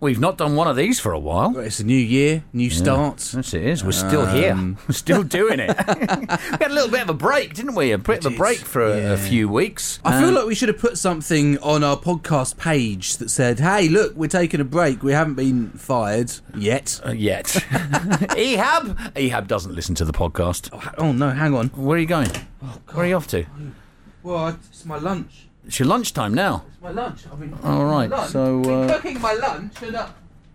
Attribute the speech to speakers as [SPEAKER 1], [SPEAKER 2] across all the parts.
[SPEAKER 1] We've not done one of these for a while.
[SPEAKER 2] But it's a new year, new starts.
[SPEAKER 1] Yes, it is. We're still here.
[SPEAKER 2] Um.
[SPEAKER 1] We're still doing it. we had a little bit of a break, didn't we? A bit of a
[SPEAKER 2] is.
[SPEAKER 1] break for a,
[SPEAKER 2] Yeah.
[SPEAKER 1] a few weeks. Um,
[SPEAKER 2] I feel like we should have put something on our podcast page that said, "Hey, look, we're taking a break. We haven't been fired yet."
[SPEAKER 1] Uh, yet. Ehab? Ehab doesn't listen to the podcast.
[SPEAKER 2] Oh no, hang on.
[SPEAKER 1] Where are you going? Where are you off to?
[SPEAKER 2] Well, it's my lunch.
[SPEAKER 1] It's your lunchtime now.
[SPEAKER 2] It's my lunch. I've been
[SPEAKER 1] All right, so, uh,
[SPEAKER 2] cooking my lunch and uh,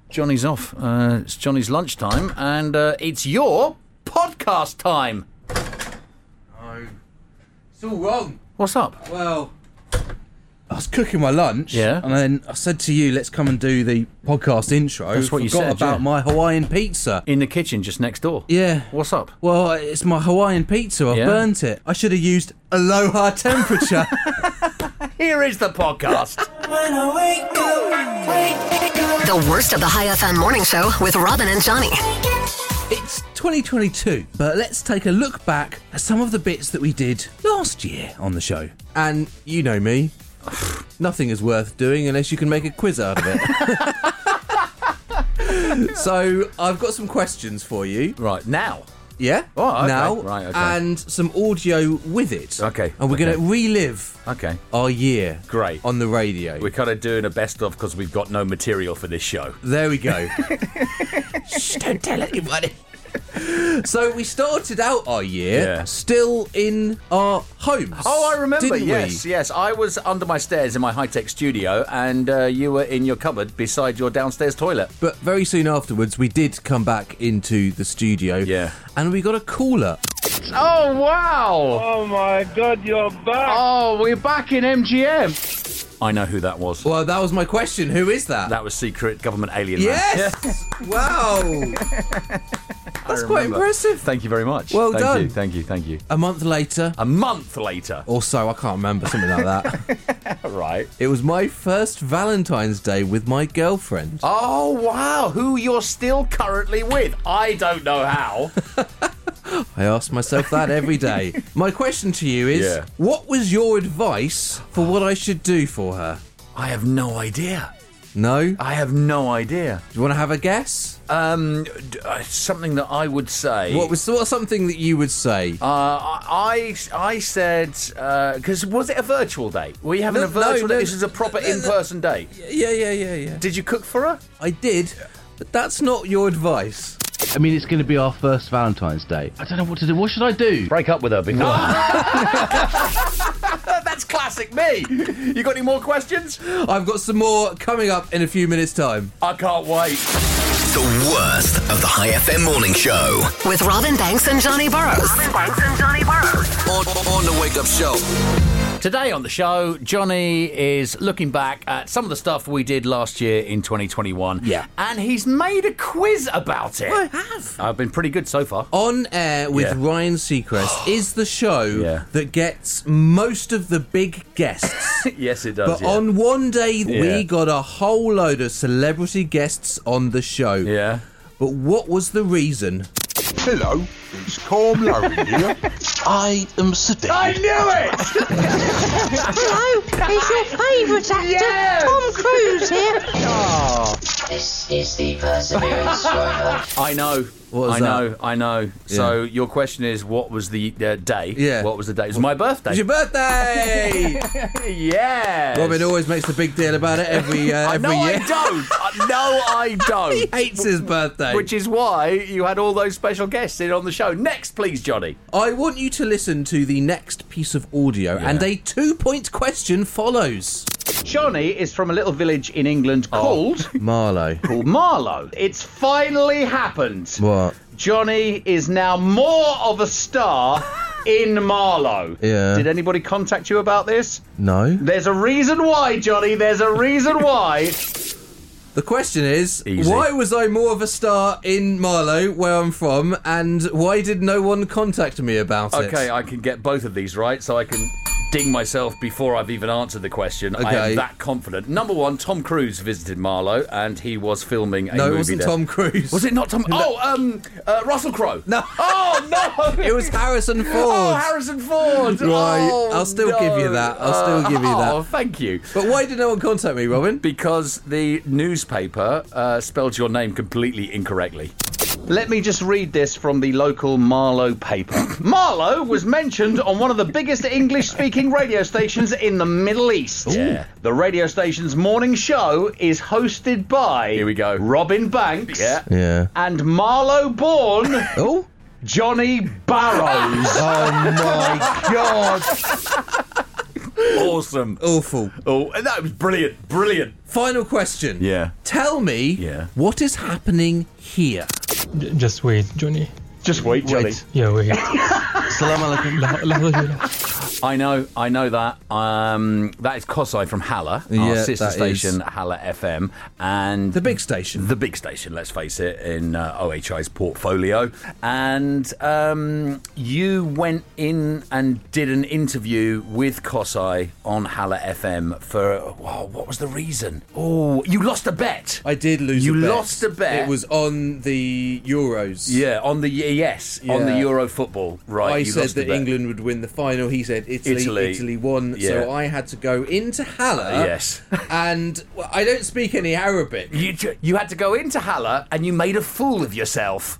[SPEAKER 1] Johnny's off. Uh, it's Johnny's lunchtime, and uh, it's your podcast time.
[SPEAKER 2] no, it's all wrong.
[SPEAKER 1] What's up?
[SPEAKER 2] Well, I was cooking my lunch.
[SPEAKER 1] Yeah.
[SPEAKER 2] And then I said to you, let's come and do the podcast intro.
[SPEAKER 1] That's what you
[SPEAKER 2] Forgot
[SPEAKER 1] said,
[SPEAKER 2] about
[SPEAKER 1] yeah.
[SPEAKER 2] my Hawaiian pizza.
[SPEAKER 1] In the kitchen just next door.
[SPEAKER 2] Yeah.
[SPEAKER 1] What's up?
[SPEAKER 2] Well, it's my Hawaiian pizza. I've
[SPEAKER 1] Yeah.
[SPEAKER 2] burnt it. I should have used Aloha temperature.
[SPEAKER 1] Here is the podcast.
[SPEAKER 3] The worst of the High FM morning show with Robin and Johnny.
[SPEAKER 2] it's 2022, but let's take a look back at some of the bits that we did last year on the show. And you know me, nothing is worth doing unless you can make a quiz out of it. so I've got some questions for you.
[SPEAKER 1] right, now.
[SPEAKER 2] Yeah.
[SPEAKER 1] Oh, okay.
[SPEAKER 2] Now,
[SPEAKER 1] Right, okay.
[SPEAKER 2] and some audio with it.
[SPEAKER 1] Okay,
[SPEAKER 2] And we're
[SPEAKER 1] okay.
[SPEAKER 2] going to relive
[SPEAKER 1] Okay.
[SPEAKER 2] our year.
[SPEAKER 1] Great.
[SPEAKER 2] On the radio.
[SPEAKER 1] We're kind of doing a best of because we've got no material for this show.
[SPEAKER 2] There we go. Shh, don't tell anybody. So we started out our year
[SPEAKER 1] Yeah.
[SPEAKER 2] still in our homes.
[SPEAKER 1] Oh, I remember.
[SPEAKER 2] didn't we?
[SPEAKER 1] yes, yes. I was under my stairs in my high tech studio, and uh, you were in your cupboard beside your downstairs toilet.
[SPEAKER 2] But very soon afterwards, we did come back into the studio.
[SPEAKER 1] Yeah.
[SPEAKER 2] And we got a caller.
[SPEAKER 1] Oh, wow.
[SPEAKER 4] Oh my god, you're back!
[SPEAKER 1] Oh, we're back in MGM. I know who that was.
[SPEAKER 2] Well, that was my question. Who is that?
[SPEAKER 1] That was secret government alien. man.
[SPEAKER 2] yes. Wow. That's
[SPEAKER 1] I
[SPEAKER 2] quite
[SPEAKER 1] remember.
[SPEAKER 2] impressive.
[SPEAKER 1] Thank you very much.
[SPEAKER 2] Well
[SPEAKER 1] thank
[SPEAKER 2] done.
[SPEAKER 1] You, thank you. Thank you.
[SPEAKER 2] A month later,
[SPEAKER 1] A month later.
[SPEAKER 2] or so, I can't remember something like that.
[SPEAKER 1] Right.
[SPEAKER 2] it was my first Valentine's Day with my girlfriend.
[SPEAKER 1] Oh wow! Who you're still currently with? I don't know how.
[SPEAKER 2] I ask myself that every day. My question to you is
[SPEAKER 1] Yeah.
[SPEAKER 2] what was your advice for what I should do for her?
[SPEAKER 1] I have no idea.
[SPEAKER 2] No? Do
[SPEAKER 1] I have no idea.
[SPEAKER 2] you want to have a guess?
[SPEAKER 1] Um, d- uh, something that I would say.
[SPEAKER 2] What was what's something that you would say?
[SPEAKER 1] Uh, I I said because was it a virtual date? Were you having
[SPEAKER 2] No,
[SPEAKER 1] a virtual
[SPEAKER 2] no,
[SPEAKER 1] date?
[SPEAKER 2] no.
[SPEAKER 1] This is a proper in-person date.
[SPEAKER 2] yeah, yeah, yeah, yeah.
[SPEAKER 1] Did you cook for her?
[SPEAKER 2] I did, but that's not your advice.
[SPEAKER 5] I mean, it's going to be our first Valentine's Day. I don't know what to do. What should I do?
[SPEAKER 1] Break up with her before. Ah! That's classic me. You got any more questions?
[SPEAKER 2] I've got some more coming up in a few minutes' time.
[SPEAKER 1] I can't wait.
[SPEAKER 6] The worst of the High FM morning show.
[SPEAKER 3] With Robin Banks and Johnny Burrows. Robin Banks and Johnny Burrows.
[SPEAKER 6] On, on the Wake Up Show.
[SPEAKER 1] Today on the show, Johnny is looking back at some of the stuff we did last year in 2021.
[SPEAKER 2] Yeah. Oh,
[SPEAKER 1] And he's made a quiz about it. I have. I've been pretty good so far.
[SPEAKER 2] On Air with
[SPEAKER 1] Yeah.
[SPEAKER 2] Ryan Seacrest is the show
[SPEAKER 1] Yeah.
[SPEAKER 2] that gets most of the big guests.
[SPEAKER 1] yes, it
[SPEAKER 2] But on one day,
[SPEAKER 1] Yeah.
[SPEAKER 2] we got a whole load of celebrity guests on the show.
[SPEAKER 1] yeah.
[SPEAKER 2] But what was the reason?
[SPEAKER 7] Hello, it's Corm Lowen here.
[SPEAKER 5] I am sitting. I knew it!
[SPEAKER 8] Hello, it's your favourite actor, Tom Cruise here.
[SPEAKER 9] This is the Perseverance rover.
[SPEAKER 1] I know.
[SPEAKER 2] What was
[SPEAKER 1] I know, I know. So your question is, what was the uh, day?
[SPEAKER 2] Yeah.
[SPEAKER 1] What was the day? It was my birthday.
[SPEAKER 2] It's your birthday!
[SPEAKER 1] yes.
[SPEAKER 2] Robin always makes a big deal about it every uh,
[SPEAKER 1] I-
[SPEAKER 2] every
[SPEAKER 1] no, I
[SPEAKER 2] year.
[SPEAKER 1] don't. I- no, I don't.
[SPEAKER 2] Hates his birthday.
[SPEAKER 1] Which is why you had all those special guests in on the show. Next, please, Johnny.
[SPEAKER 2] I want you to listen to the next piece of audio, and a two-point question follows.
[SPEAKER 1] Johnny is from a little village in England called
[SPEAKER 2] Marlo,
[SPEAKER 1] called Marlow. It's finally happened.
[SPEAKER 2] what?
[SPEAKER 1] Johnny is now more of a star in Marlow.
[SPEAKER 2] Yeah.
[SPEAKER 1] Did anybody contact you about this?
[SPEAKER 2] No.
[SPEAKER 1] There's a reason why, Johnny. There's a reason why.
[SPEAKER 2] The question is,
[SPEAKER 1] Easy.
[SPEAKER 2] why was I more of a star in Marlow, where I'm from, and why did no one contact me about it?
[SPEAKER 1] okay, I can get both of these right, so I can. ding myself before I've even answered the question. I
[SPEAKER 2] Okay.
[SPEAKER 1] am that confident. Number one, Tom Cruise visited Marlowe and he was filming a
[SPEAKER 2] No,
[SPEAKER 1] movie
[SPEAKER 2] it wasn't
[SPEAKER 1] there.
[SPEAKER 2] Tom Cruise.
[SPEAKER 1] Was it not Tom? Oh, um, uh, Russell Crowe.
[SPEAKER 2] No.
[SPEAKER 1] Oh no.
[SPEAKER 2] It was Harrison Ford.
[SPEAKER 1] Oh, Harrison Ford.
[SPEAKER 2] Right,
[SPEAKER 1] Oh,
[SPEAKER 2] I'll still
[SPEAKER 1] no.
[SPEAKER 2] give you that. I'll still
[SPEAKER 1] Uh,
[SPEAKER 2] give you that.
[SPEAKER 1] Oh, thank you.
[SPEAKER 2] but why did no one contact me, Robin?
[SPEAKER 1] Because the newspaper uh, spelled your name completely incorrectly. Let me just read this from the local Marlow paper.
[SPEAKER 10] Marlowe was mentioned on one of the biggest English speaking radio stations in the Middle East.
[SPEAKER 1] Yeah.
[SPEAKER 10] The radio station's morning show is hosted by
[SPEAKER 1] Here we go.
[SPEAKER 10] Robin Banks
[SPEAKER 1] Yeah.
[SPEAKER 2] Yeah.
[SPEAKER 10] and Marlowe born
[SPEAKER 2] Oh.
[SPEAKER 10] Johnny Barrows.
[SPEAKER 2] Oh my god.
[SPEAKER 1] awesome.
[SPEAKER 2] Awful.
[SPEAKER 1] Oh, and that was brilliant. Brilliant.
[SPEAKER 2] Final question.
[SPEAKER 1] Yeah.
[SPEAKER 2] Tell me
[SPEAKER 1] Yeah.
[SPEAKER 2] what is happening here.
[SPEAKER 11] Just wait, Johnny.
[SPEAKER 10] Just wait, Johnny.
[SPEAKER 11] Yeah, wait. Salam alaikum.
[SPEAKER 1] I know, I know that. Um, that is Kosai from Hala, our
[SPEAKER 2] Yeah,
[SPEAKER 1] sister
[SPEAKER 2] that
[SPEAKER 1] station, Hala FM, and
[SPEAKER 2] The big station.
[SPEAKER 1] the big station. Let's face it, in uh, OHI's portfolio. And um, you went in and did an interview with Kosai on Hala FM for oh, what was the reason? Oh, you lost a bet.
[SPEAKER 2] I did lose
[SPEAKER 1] You
[SPEAKER 2] a bet.
[SPEAKER 1] lost a bet.
[SPEAKER 2] It was on the Euros.
[SPEAKER 1] yeah, on the yes, on the
[SPEAKER 2] Yeah.
[SPEAKER 1] Euro football. Right,
[SPEAKER 2] I
[SPEAKER 1] you
[SPEAKER 2] said
[SPEAKER 1] lost a
[SPEAKER 2] that
[SPEAKER 1] bet.
[SPEAKER 2] England would win the final. He said Italy.
[SPEAKER 1] Italy.
[SPEAKER 2] Italy, won.
[SPEAKER 1] Yeah.
[SPEAKER 2] So I had to go into Hala.
[SPEAKER 1] Uh, yes.
[SPEAKER 2] and well, I don't speak any Arabic.
[SPEAKER 1] You, ju- you had to go into Hala and you made a fool of yourself.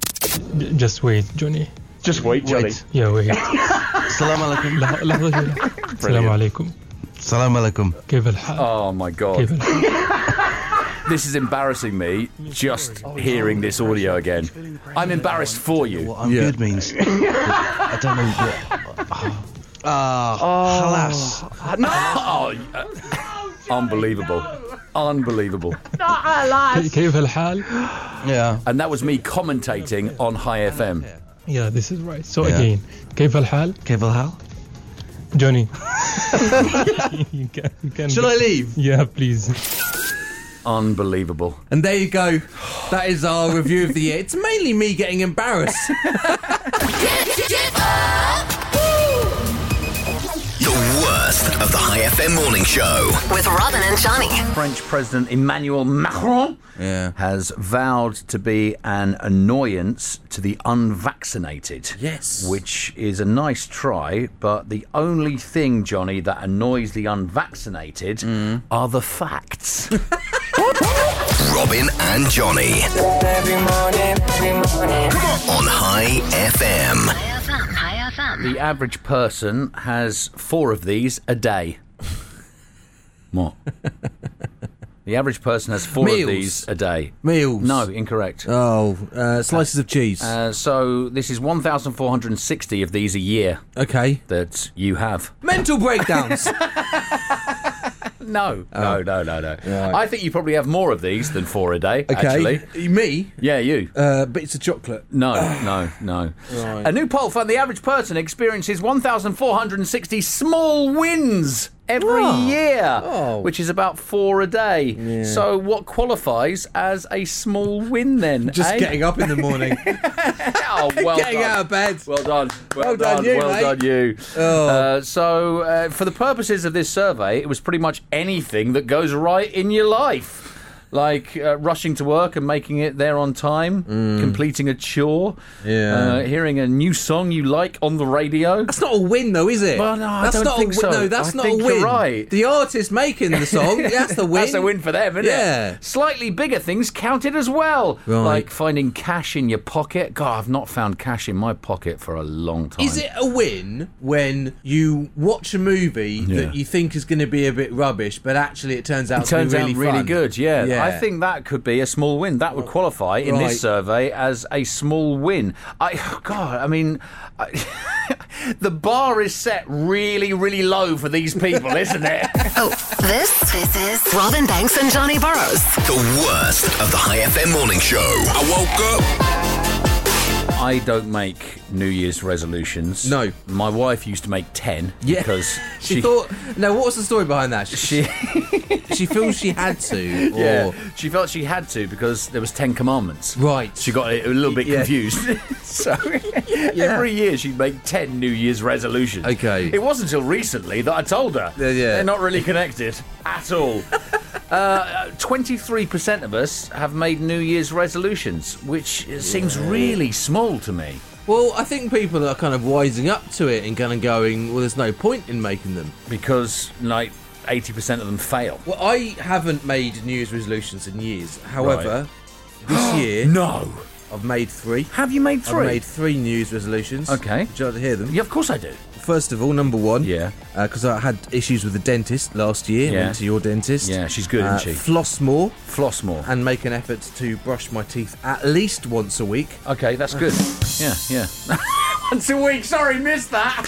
[SPEAKER 11] Just wait, Johnny.
[SPEAKER 10] Just wait, Johnny.
[SPEAKER 11] Yeah, wait. Salam alaikum. Salam alaikum.
[SPEAKER 5] Salam alaikum.
[SPEAKER 11] كيف الحال؟
[SPEAKER 1] Oh my
[SPEAKER 11] كيف
[SPEAKER 1] god.
[SPEAKER 11] الحال؟
[SPEAKER 1] This is embarrassing me just hearing this audio again. I'm embarrassed for you.
[SPEAKER 5] What I'm good means. I don't know what. Ah, halas.
[SPEAKER 1] No! Oh, uh, unbelievable. Unbelievable.
[SPEAKER 11] كيف الحال؟
[SPEAKER 5] Yeah.
[SPEAKER 1] And that was me commentating on High FM.
[SPEAKER 11] Yeah, this is right. So again, كيف الحال؟
[SPEAKER 5] Kevil hal.
[SPEAKER 11] Johnny. you can, you can
[SPEAKER 5] Shall I leave?
[SPEAKER 11] Yeah, please.
[SPEAKER 1] Unbelievable.
[SPEAKER 2] And there you go. That is our review of the year. It's mainly me getting embarrassed.
[SPEAKER 6] The worst of the High FM morning show.
[SPEAKER 3] With Robin and Johnny.
[SPEAKER 1] French President Emmanuel Macron has vowed to be an annoyance to the unvaccinated.
[SPEAKER 2] Yes.
[SPEAKER 1] Which is a nice try, but the only thing, Johnny, that annoys the unvaccinated
[SPEAKER 2] Mm.
[SPEAKER 1] are the facts.
[SPEAKER 6] Robin and Johnny. On High FM.
[SPEAKER 3] High FM, High FM.
[SPEAKER 1] the average person has four of these a day. What? the average person has four of
[SPEAKER 2] Meals.
[SPEAKER 1] these a day.
[SPEAKER 2] Meals.
[SPEAKER 1] No, incorrect.
[SPEAKER 2] Oh, uh, slices of cheese.
[SPEAKER 1] Uh, so this is 1,460 of these a year
[SPEAKER 2] okay.
[SPEAKER 1] that you have.
[SPEAKER 2] Mental breakdowns.
[SPEAKER 1] No, no,
[SPEAKER 2] Oh.
[SPEAKER 1] no, no, no. I think you probably have more of these than four a day. Actually,
[SPEAKER 2] Okay. Me.
[SPEAKER 1] yeah, you.
[SPEAKER 2] Uh, bits of chocolate.
[SPEAKER 1] No, no, no. A new poll found the average person experiences 1,460 small wins every year,
[SPEAKER 2] Oh.
[SPEAKER 1] which is about four a day. So, what qualifies as a small win then?
[SPEAKER 2] Just
[SPEAKER 1] eh?
[SPEAKER 2] getting up in the morning.
[SPEAKER 1] Oh, well
[SPEAKER 2] getting
[SPEAKER 1] done.
[SPEAKER 2] out of bed.
[SPEAKER 1] Well done. Well,
[SPEAKER 2] Well done you,
[SPEAKER 1] well
[SPEAKER 2] mate. Oh.
[SPEAKER 1] done you. Uh, so, uh, for the purposes of this survey, it was pretty much anything that goes right in your life. Like uh, rushing to work and making it there on time, completing a chore,
[SPEAKER 2] Mm. Yeah.
[SPEAKER 1] uh, hearing a new song you like on the radio.
[SPEAKER 2] That's not a win, though, is it?
[SPEAKER 1] Well, no, I
[SPEAKER 2] that's
[SPEAKER 1] don't
[SPEAKER 2] not
[SPEAKER 1] think
[SPEAKER 2] a win.
[SPEAKER 1] so.
[SPEAKER 2] No,
[SPEAKER 1] I
[SPEAKER 2] that's not
[SPEAKER 1] think
[SPEAKER 2] a
[SPEAKER 1] you're
[SPEAKER 2] win.
[SPEAKER 1] right.
[SPEAKER 2] The artist making the song, that's the win.
[SPEAKER 1] That's a win for them, isn't
[SPEAKER 2] Yeah.
[SPEAKER 1] it? Slightly bigger things counted as well,
[SPEAKER 2] Right.
[SPEAKER 1] like finding cash in your pocket. God, I've not found cash in my pocket for a long time.
[SPEAKER 2] Is it a win when you watch a movie
[SPEAKER 1] Yeah.
[SPEAKER 2] that you think is going to be a bit rubbish, but actually it turns out
[SPEAKER 1] It
[SPEAKER 2] to
[SPEAKER 1] turns
[SPEAKER 2] be really
[SPEAKER 1] out really
[SPEAKER 2] fun?
[SPEAKER 1] good. Yeah. I think that could be a small win. That would qualify in
[SPEAKER 2] Right.
[SPEAKER 1] this survey as a small win. I God, I mean, I, the bar is set really, really low for these people, isn't it?
[SPEAKER 3] Oh, this? This is Robin Banks and Johnny Burrows.
[SPEAKER 6] The worst of the High FM morning show. I woke up.
[SPEAKER 1] I don't make New Year's resolutions. No. My wife used to make 10
[SPEAKER 2] Yeah.
[SPEAKER 1] because
[SPEAKER 2] She, thought. Now, what was the story behind that? She she feels she had to. Or,
[SPEAKER 1] Yeah, she felt she had to because there was Ten Commandments.
[SPEAKER 2] Right.
[SPEAKER 1] She got a a little bit
[SPEAKER 2] Yeah.
[SPEAKER 1] confused. so every year she'd make ten New Year's resolutions.
[SPEAKER 2] Okay.
[SPEAKER 1] It wasn't until recently that I told her.
[SPEAKER 2] Yeah, yeah.
[SPEAKER 1] They're not really connected at all. Uh, Twenty-three percent of us have made New Year's resolutions, which seems really small to me.
[SPEAKER 2] Well, I think people are kind of wising up to it and kind of going, well, there's no point in making them.
[SPEAKER 1] Because, like, 80% of them fail.
[SPEAKER 2] Well, I haven't made New Year's resolutions in years. However, this year.
[SPEAKER 1] No!
[SPEAKER 2] I've made three.
[SPEAKER 1] Have you made three?
[SPEAKER 2] I've made three New Year's resolutions.
[SPEAKER 1] Okay.
[SPEAKER 2] Would you like to hear them?
[SPEAKER 1] Yeah, of course I do.
[SPEAKER 2] First of all, number one.
[SPEAKER 1] Yeah.
[SPEAKER 2] Because I had issues with the dentist last year.
[SPEAKER 1] Yeah.
[SPEAKER 2] Went to your dentist.
[SPEAKER 1] Yeah, she's good,
[SPEAKER 2] Uh,
[SPEAKER 1] isn't she?
[SPEAKER 2] Floss more
[SPEAKER 1] Floss more.
[SPEAKER 2] and make an effort to brush my teeth at least once a week.
[SPEAKER 1] Okay, that's good. Yeah, yeah. Once a week. Sorry, missed that.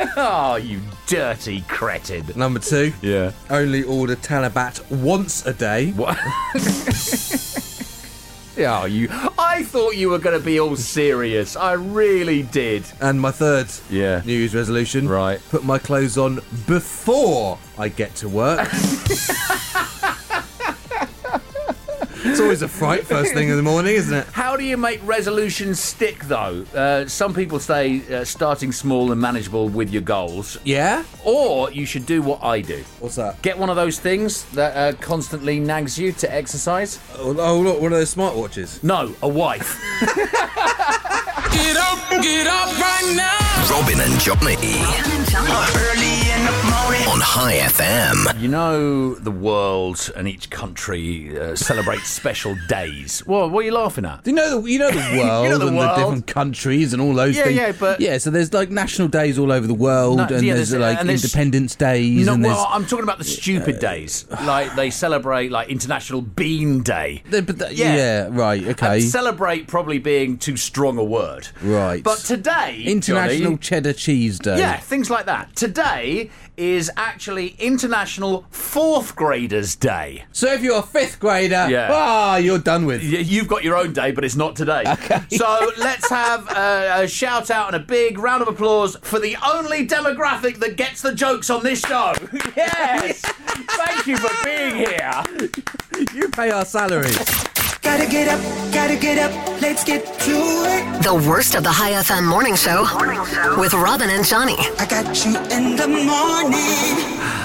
[SPEAKER 1] oh, you dirty cretin.
[SPEAKER 2] Number two.
[SPEAKER 1] Yeah.
[SPEAKER 2] Only order Talabat once a day.
[SPEAKER 1] What? Yeah, you. I thought you were going to be all serious. I really did.
[SPEAKER 2] And my third
[SPEAKER 1] Yeah.
[SPEAKER 2] New Year's resolution.
[SPEAKER 1] Right.
[SPEAKER 2] Put my clothes on before I get to work. it's always a fright first thing in the morning, isn't it?
[SPEAKER 1] How do you make resolutions stick, though? Uh, some people say uh, starting small and manageable with your goals,
[SPEAKER 2] Yeah?
[SPEAKER 1] or you should do what I do.
[SPEAKER 2] What's that?
[SPEAKER 1] Get one of those things that uh, constantly nags you to exercise.
[SPEAKER 2] Oh, oh, look, one of those smartwatches.
[SPEAKER 1] No, a wife.
[SPEAKER 6] Get up, get up right now. Robin and Johnny.
[SPEAKER 3] Robin and Johnny.
[SPEAKER 6] On High FM.
[SPEAKER 1] You know, the world and each country uh, celebrates special days. Well, what are you laughing at?
[SPEAKER 2] Do you know the you know the world
[SPEAKER 1] the
[SPEAKER 2] and
[SPEAKER 1] world.
[SPEAKER 2] the different countries and all those
[SPEAKER 1] Yeah,
[SPEAKER 2] things?
[SPEAKER 1] yeah, but-
[SPEAKER 2] yeah. So there's like national days all over the world,
[SPEAKER 1] No,
[SPEAKER 2] and
[SPEAKER 1] yeah,
[SPEAKER 2] there's,
[SPEAKER 1] there's-
[SPEAKER 2] like
[SPEAKER 1] and there's-
[SPEAKER 2] Independence Days,
[SPEAKER 1] No,
[SPEAKER 2] and there's uh,
[SPEAKER 1] well, I'm talking about the stupid days. Like, they celebrate, like, International Bean Day.
[SPEAKER 2] Th- but th-
[SPEAKER 1] yeah.
[SPEAKER 2] yeah. right, okay.
[SPEAKER 1] And celebrate probably being too strong a word.
[SPEAKER 2] Right.
[SPEAKER 1] But today.
[SPEAKER 2] International
[SPEAKER 1] Johnny-
[SPEAKER 2] Cheddar Cheese Day.
[SPEAKER 1] yeah, things like that. Today is actually International Fourth Graders Day.
[SPEAKER 2] So if you're a fifth grader,
[SPEAKER 1] Yeah.
[SPEAKER 2] ah, you're done with.
[SPEAKER 1] Y- You've got your own day, but it's not today. So let's have a, a shout out and a big round of applause for the only demographic that gets the jokes on this show. Yes! Thank you for being here.
[SPEAKER 2] You pay our salary.
[SPEAKER 12] Gotta get up, gotta get up, let's get to it.
[SPEAKER 3] The worst of the High FM morning show with Robin and Johnny.
[SPEAKER 12] I got you in the morning.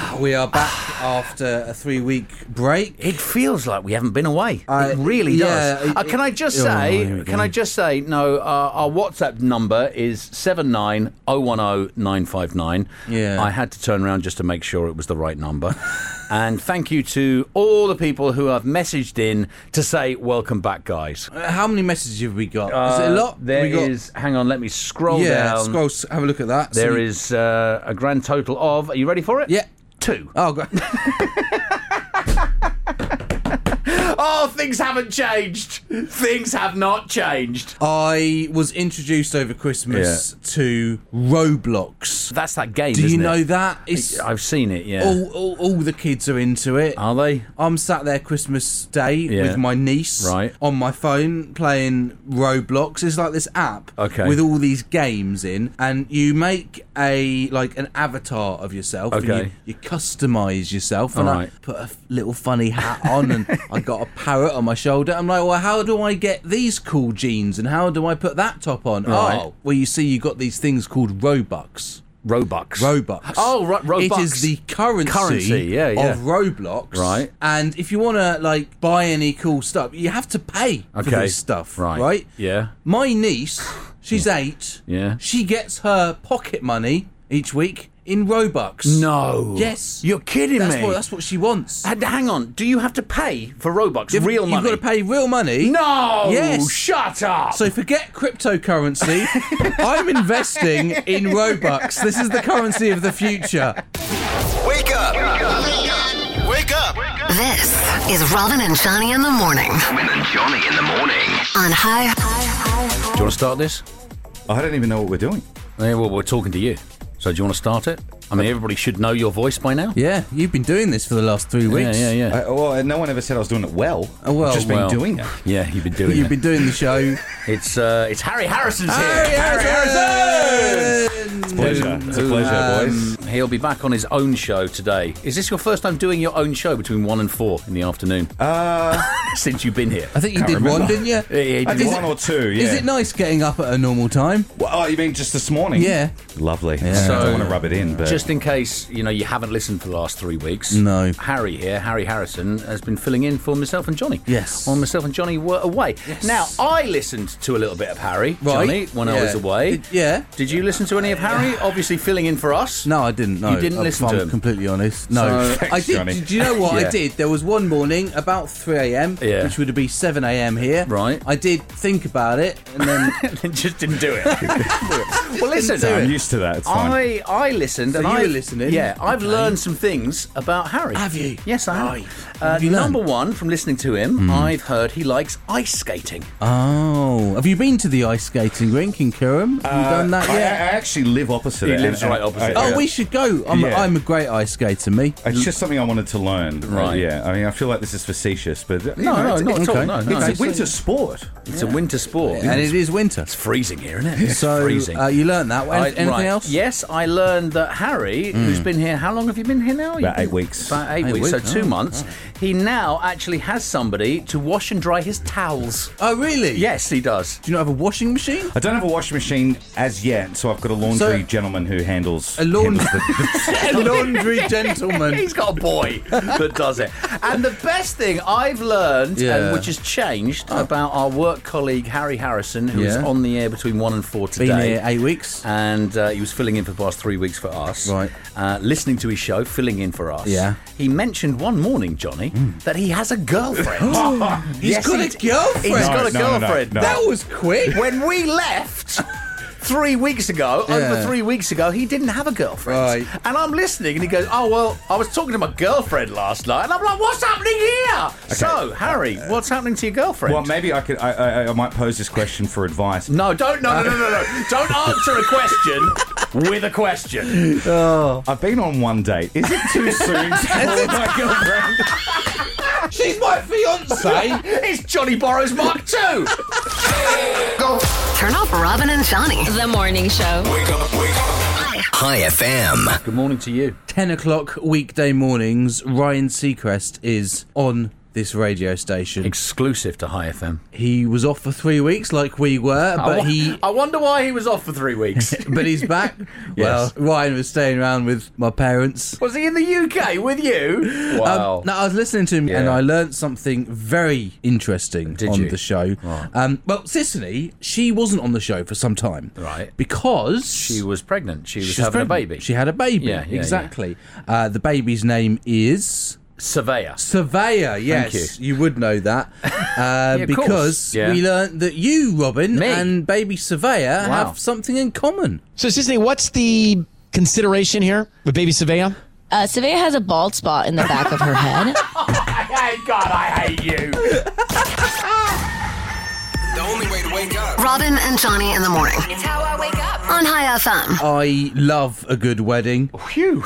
[SPEAKER 2] We are back after a three week break.
[SPEAKER 1] It feels like we haven't been away.
[SPEAKER 2] I-
[SPEAKER 1] it really
[SPEAKER 2] yeah,
[SPEAKER 1] does.
[SPEAKER 2] it-
[SPEAKER 1] uh, can I just
[SPEAKER 2] it- oh,
[SPEAKER 1] say?
[SPEAKER 2] here we
[SPEAKER 1] can
[SPEAKER 2] go.
[SPEAKER 1] I just say? No, uh, our WhatsApp number is seven nine zero one zero nine five nine.
[SPEAKER 2] Yeah.
[SPEAKER 1] I had to turn around just to make sure it was the right number. and thank you to all the people who have messaged in to say welcome back, guys.
[SPEAKER 2] Uh, How many messages have we got? is it a lot?
[SPEAKER 1] Uh, There
[SPEAKER 2] we got,
[SPEAKER 1] is- Hang on, let me scroll
[SPEAKER 2] Yeah,
[SPEAKER 1] down.
[SPEAKER 2] scroll. s- Have a look at that.
[SPEAKER 1] There
[SPEAKER 2] so,
[SPEAKER 1] is uh, a grand total of. Are you ready for it?
[SPEAKER 2] Yeah.
[SPEAKER 1] Two.
[SPEAKER 2] Oh, great.
[SPEAKER 1] Oh, things haven't changed. Things have not
[SPEAKER 2] Oh.
[SPEAKER 1] changed.
[SPEAKER 2] I was introduced over Christmas to Roblox.
[SPEAKER 1] That's that game.
[SPEAKER 2] Do you
[SPEAKER 1] isn't it?
[SPEAKER 2] know that? It's
[SPEAKER 1] I've seen it, yeah.
[SPEAKER 2] all, all, all the kids are into it.
[SPEAKER 1] Are they?
[SPEAKER 2] I'm sat there Christmas Day
[SPEAKER 1] Yeah.
[SPEAKER 2] with my niece
[SPEAKER 1] Right.
[SPEAKER 2] on my phone playing Roblox. It's like this app
[SPEAKER 1] Okay.
[SPEAKER 2] with all these games in, and you make a like an avatar of yourself. and
[SPEAKER 1] Okay.
[SPEAKER 2] you, you customize yourself, and
[SPEAKER 1] Alright.
[SPEAKER 2] I put a little funny hat on, and I got a parrot on my shoulder. I'm like, well, how do I get these cool jeans, and how do I put that top on?
[SPEAKER 1] Right.
[SPEAKER 2] Oh, well, you see, you got these things called Robux.
[SPEAKER 1] Robux.
[SPEAKER 2] Robux.
[SPEAKER 1] Oh, ro- Robux.
[SPEAKER 2] It is the currency,
[SPEAKER 1] Currency, yeah, yeah.
[SPEAKER 2] of Roblox.
[SPEAKER 1] Right.
[SPEAKER 2] And if you want to like buy any cool stuff, you have to pay for
[SPEAKER 1] Okay.
[SPEAKER 2] this stuff.
[SPEAKER 1] Right.
[SPEAKER 2] Right.
[SPEAKER 1] Yeah.
[SPEAKER 2] My niece, she's eight.
[SPEAKER 1] Yeah.
[SPEAKER 2] She gets her pocket money each week in Robux.
[SPEAKER 1] No.
[SPEAKER 2] Yes.
[SPEAKER 1] You're kidding
[SPEAKER 2] That's
[SPEAKER 1] me.
[SPEAKER 2] what that's what she wants.
[SPEAKER 1] And hang on. Do you have to pay for Robux? Real money.
[SPEAKER 2] You've got to pay real money.
[SPEAKER 1] No.
[SPEAKER 2] Yes.
[SPEAKER 1] Shut up.
[SPEAKER 2] So forget cryptocurrency. I'm investing in Robux. This is the currency of the future.
[SPEAKER 6] Wake up. Wake up.
[SPEAKER 3] This is Robin and Johnny in the morning
[SPEAKER 6] Robin and Johnny in the morning.
[SPEAKER 3] on High.
[SPEAKER 1] do you want to start this?
[SPEAKER 13] I don't even know what we're doing.
[SPEAKER 1] Yeah, well, we're talking to you. So do you want to start it? I mean, everybody should know your voice by now. Uh,
[SPEAKER 2] Yeah, you've been doing this for the last three weeks.
[SPEAKER 1] Yeah, yeah, yeah.
[SPEAKER 13] I, well, no one ever said I was doing it well.
[SPEAKER 2] Oh, well,
[SPEAKER 13] I've just been
[SPEAKER 2] well.
[SPEAKER 13] doing it.
[SPEAKER 1] Yeah, you've been doing.
[SPEAKER 2] You've
[SPEAKER 1] it.
[SPEAKER 2] been doing the show.
[SPEAKER 1] It's uh, it's Harry Harrison's here.
[SPEAKER 2] Harry
[SPEAKER 1] Harrison. Um,
[SPEAKER 13] It's a pleasure. It's a pleasure,
[SPEAKER 2] um,
[SPEAKER 13] boys.
[SPEAKER 1] He'll be back on his own show today. Is this your first time doing your own show between one and four in the afternoon?
[SPEAKER 13] Uh,
[SPEAKER 1] since you've been here,
[SPEAKER 2] I think you
[SPEAKER 1] Can't
[SPEAKER 2] did one,
[SPEAKER 1] remember.
[SPEAKER 2] didn't you?
[SPEAKER 1] Yeah, yeah, you
[SPEAKER 13] I
[SPEAKER 1] did
[SPEAKER 13] did
[SPEAKER 1] one.
[SPEAKER 13] one or two. Yeah.
[SPEAKER 2] Is it nice getting up at a normal time?
[SPEAKER 13] Well, oh, you mean just this morning?
[SPEAKER 2] Yeah.
[SPEAKER 13] Lovely. I don't want to rub it in, but
[SPEAKER 1] just in case you know you haven't listened for the last three weeks,
[SPEAKER 2] No.
[SPEAKER 1] Harry here, Harry Harrison, has been filling in for myself and Johnny.
[SPEAKER 2] Yes.
[SPEAKER 1] while myself and Johnny were away. Now I listened to a little bit of Harry,
[SPEAKER 2] Right.
[SPEAKER 1] Johnny, when I
[SPEAKER 2] Yeah.
[SPEAKER 1] was away.
[SPEAKER 2] Did- yeah.
[SPEAKER 1] Did you listen to any of Harry? Obviously filling in for us.
[SPEAKER 2] No, I didn't. No, Oh,
[SPEAKER 1] You didn't
[SPEAKER 2] if
[SPEAKER 1] listen
[SPEAKER 2] I'm
[SPEAKER 1] to him?
[SPEAKER 2] Completely honest. No,
[SPEAKER 1] So-
[SPEAKER 2] I
[SPEAKER 13] Thanks,
[SPEAKER 2] did.
[SPEAKER 13] Johnny.
[SPEAKER 2] Do you know what I
[SPEAKER 1] Yeah.
[SPEAKER 2] did? There was one morning about 3 a.m.,
[SPEAKER 1] Yeah.
[SPEAKER 2] which would be 7 a.m. here.
[SPEAKER 1] Right.
[SPEAKER 2] I did think about it, and then
[SPEAKER 1] just didn't do it. well, listen.
[SPEAKER 2] do
[SPEAKER 13] I'm used to that. It's fine.
[SPEAKER 1] I I listened
[SPEAKER 2] So
[SPEAKER 1] and
[SPEAKER 2] you
[SPEAKER 1] I
[SPEAKER 2] were listening?
[SPEAKER 1] Yeah, I've
[SPEAKER 2] Okay.
[SPEAKER 1] learned some things about Harry.
[SPEAKER 2] Have you?
[SPEAKER 1] Yes, I have.
[SPEAKER 2] Right.
[SPEAKER 1] Uh,
[SPEAKER 2] Have you learned? Hmm.
[SPEAKER 1] number one, from listening to him, I've heard he likes ice skating.
[SPEAKER 2] oh, have you been to the ice skating rink in Curram? Have
[SPEAKER 1] Uh,
[SPEAKER 2] you done that
[SPEAKER 13] Uh, I, I
[SPEAKER 2] yet?
[SPEAKER 13] actually live opposite.
[SPEAKER 1] He
[SPEAKER 13] it,
[SPEAKER 1] lives right opposite
[SPEAKER 13] I-
[SPEAKER 2] Oh, we should go. I'm,
[SPEAKER 13] Yeah.
[SPEAKER 2] I'm a great ice skater, me.
[SPEAKER 13] It's just something I wanted to learn.
[SPEAKER 1] Right.
[SPEAKER 13] Yeah. I mean, I feel like this is facetious, but you
[SPEAKER 1] No,
[SPEAKER 13] know,
[SPEAKER 1] no,
[SPEAKER 13] it's,
[SPEAKER 1] not at
[SPEAKER 13] it's,
[SPEAKER 1] all.
[SPEAKER 2] okay.
[SPEAKER 1] No, no.
[SPEAKER 13] it's
[SPEAKER 1] It's,
[SPEAKER 13] a winter sport.
[SPEAKER 1] it's a winter sport.
[SPEAKER 2] And it is winter.
[SPEAKER 1] It's freezing here, isn't it? It's
[SPEAKER 2] So
[SPEAKER 1] freezing.
[SPEAKER 2] uh, you learned that. An-
[SPEAKER 1] I-
[SPEAKER 2] anything
[SPEAKER 1] right.
[SPEAKER 2] else? Hmm.
[SPEAKER 1] Yes, I learned that Harry, who's been here, how long have you been here now? You've
[SPEAKER 13] About eight
[SPEAKER 1] been-
[SPEAKER 13] weeks.
[SPEAKER 1] About eight,
[SPEAKER 2] Eight
[SPEAKER 1] weeks,
[SPEAKER 2] weeks,
[SPEAKER 1] so two
[SPEAKER 2] oh,
[SPEAKER 1] months. He now actually has somebody to wash and dry his towels.
[SPEAKER 2] Oh, really?
[SPEAKER 1] Yes, he does.
[SPEAKER 2] Do you not have a washing machine?
[SPEAKER 13] I don't have a washing machine as yet, so I've got a laundry
[SPEAKER 2] So-
[SPEAKER 13] gentleman who handles
[SPEAKER 2] A laundry,
[SPEAKER 13] handles the-
[SPEAKER 2] a laundry gentleman.
[SPEAKER 1] He's got a boy that does it. And the best thing I've learned,
[SPEAKER 2] Yeah. Oh.
[SPEAKER 1] and which has changed, about our work colleague Harry Harrison, who's
[SPEAKER 2] Yeah.
[SPEAKER 1] on the air between one and four today.
[SPEAKER 2] Been here eight weeks.
[SPEAKER 1] and uh, he was filling in for the past three weeks for us.
[SPEAKER 2] Right.
[SPEAKER 1] Uh, listening to his show, filling in for us.
[SPEAKER 2] Yeah. Hmm.
[SPEAKER 1] He mentioned one morning, Johnny, that he has a girlfriend.
[SPEAKER 2] He's
[SPEAKER 1] Yes,
[SPEAKER 2] got
[SPEAKER 1] he
[SPEAKER 2] a
[SPEAKER 1] d-
[SPEAKER 2] girlfriend.
[SPEAKER 1] He's got a
[SPEAKER 13] No, no, no, no,
[SPEAKER 1] girlfriend.
[SPEAKER 13] no.
[SPEAKER 2] That was quick.
[SPEAKER 1] when we left. Three weeks ago, over
[SPEAKER 2] Yeah.
[SPEAKER 1] three weeks ago, he didn't have a girlfriend.
[SPEAKER 2] Right.
[SPEAKER 1] And I'm listening and he goes, Oh, well, I was talking to my girlfriend last night. And I'm like, What's happening here? So, Harry, what's happening to your girlfriend?
[SPEAKER 13] Well, maybe I could. I, I, I might pose this question for advice.
[SPEAKER 1] no, don't, no, no, no, no, no. don't answer a question with a question.
[SPEAKER 13] I've been on one date. Is it too soon to call my girlfriend?
[SPEAKER 2] She's my fiance.
[SPEAKER 1] It's Johnny Borrows Mark Two.
[SPEAKER 3] Turn up Robin and Johnny.
[SPEAKER 14] The morning show.
[SPEAKER 15] Hi FM.
[SPEAKER 1] Good morning to you.
[SPEAKER 2] 10 o'clock weekday mornings, Ryan Seacrest is on this radio station.
[SPEAKER 1] Exclusive to High FM.
[SPEAKER 2] He was off for three weeks, like we were,
[SPEAKER 1] I,
[SPEAKER 2] but
[SPEAKER 1] wo-
[SPEAKER 2] he.
[SPEAKER 1] I wonder why he was off for three weeks.
[SPEAKER 2] But he's back.
[SPEAKER 1] Yes.
[SPEAKER 2] Well, Ryan was staying around with my parents.
[SPEAKER 1] was he in the UK with you?
[SPEAKER 2] Um, no, I was listening to him and
[SPEAKER 1] Yeah.
[SPEAKER 2] I learned something very interesting
[SPEAKER 1] Did
[SPEAKER 2] on
[SPEAKER 1] you?
[SPEAKER 2] the show.
[SPEAKER 1] Right.
[SPEAKER 2] Um, well, Sicily, she wasn't on the show for some time.
[SPEAKER 1] Right.
[SPEAKER 2] Because.
[SPEAKER 1] she was pregnant. She was
[SPEAKER 2] she's
[SPEAKER 1] having a
[SPEAKER 2] pregnant.
[SPEAKER 1] baby.
[SPEAKER 2] She had a baby.
[SPEAKER 1] Yeah, yeah, yeah.
[SPEAKER 2] exactly. Uh, the baby's name is.
[SPEAKER 1] Surveyor.
[SPEAKER 2] Surveyor, yes, you. would know that uh,
[SPEAKER 1] of
[SPEAKER 2] because
[SPEAKER 1] course. Yeah.
[SPEAKER 2] we learned that you, Robin,
[SPEAKER 1] Me?
[SPEAKER 2] and Baby Surveyor
[SPEAKER 1] Wow.
[SPEAKER 2] have something in common.
[SPEAKER 15] So, Sisney, what's the consideration here with Baby Savea?
[SPEAKER 14] Uh, Savea has a bald spot in the back of her head.
[SPEAKER 1] Hey God, I hate you.
[SPEAKER 6] The only way to wake up.
[SPEAKER 3] Robin and Johnny in the morning. It's how I wake up. On High FM.
[SPEAKER 2] I love a good wedding.
[SPEAKER 1] Phew.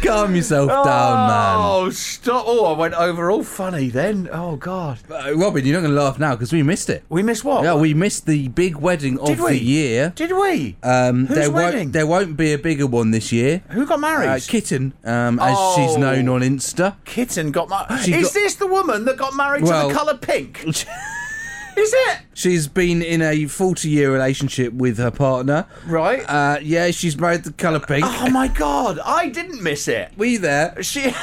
[SPEAKER 2] Calm yourself down, man.
[SPEAKER 1] Oh, stop. Oh, I went over all funny then. Oh, God.
[SPEAKER 2] Uh, Robin, you're not going to laugh now because we missed it.
[SPEAKER 1] We missed what?
[SPEAKER 2] Yeah, we missed the big wedding
[SPEAKER 1] Oh. Did
[SPEAKER 2] of
[SPEAKER 1] we?
[SPEAKER 2] the year.
[SPEAKER 1] Did we?
[SPEAKER 2] Um,
[SPEAKER 1] Whose
[SPEAKER 2] there
[SPEAKER 1] wedding?
[SPEAKER 2] won't there won't be a bigger one this year.
[SPEAKER 1] Who got married?
[SPEAKER 2] Uh, Kitten, um, as
[SPEAKER 1] Oh.
[SPEAKER 2] she's known on Insta.
[SPEAKER 1] Kitten got married.
[SPEAKER 2] She
[SPEAKER 1] Is
[SPEAKER 2] got-
[SPEAKER 1] this the woman that got married to
[SPEAKER 2] Well-
[SPEAKER 1] the colour pink? Is it?
[SPEAKER 2] She's been in a 40 year relationship with her partner.
[SPEAKER 1] Right.
[SPEAKER 2] Uh, yeah, she's married the colour pink.
[SPEAKER 1] Oh, my God. I didn't miss it.
[SPEAKER 2] we there.
[SPEAKER 1] She.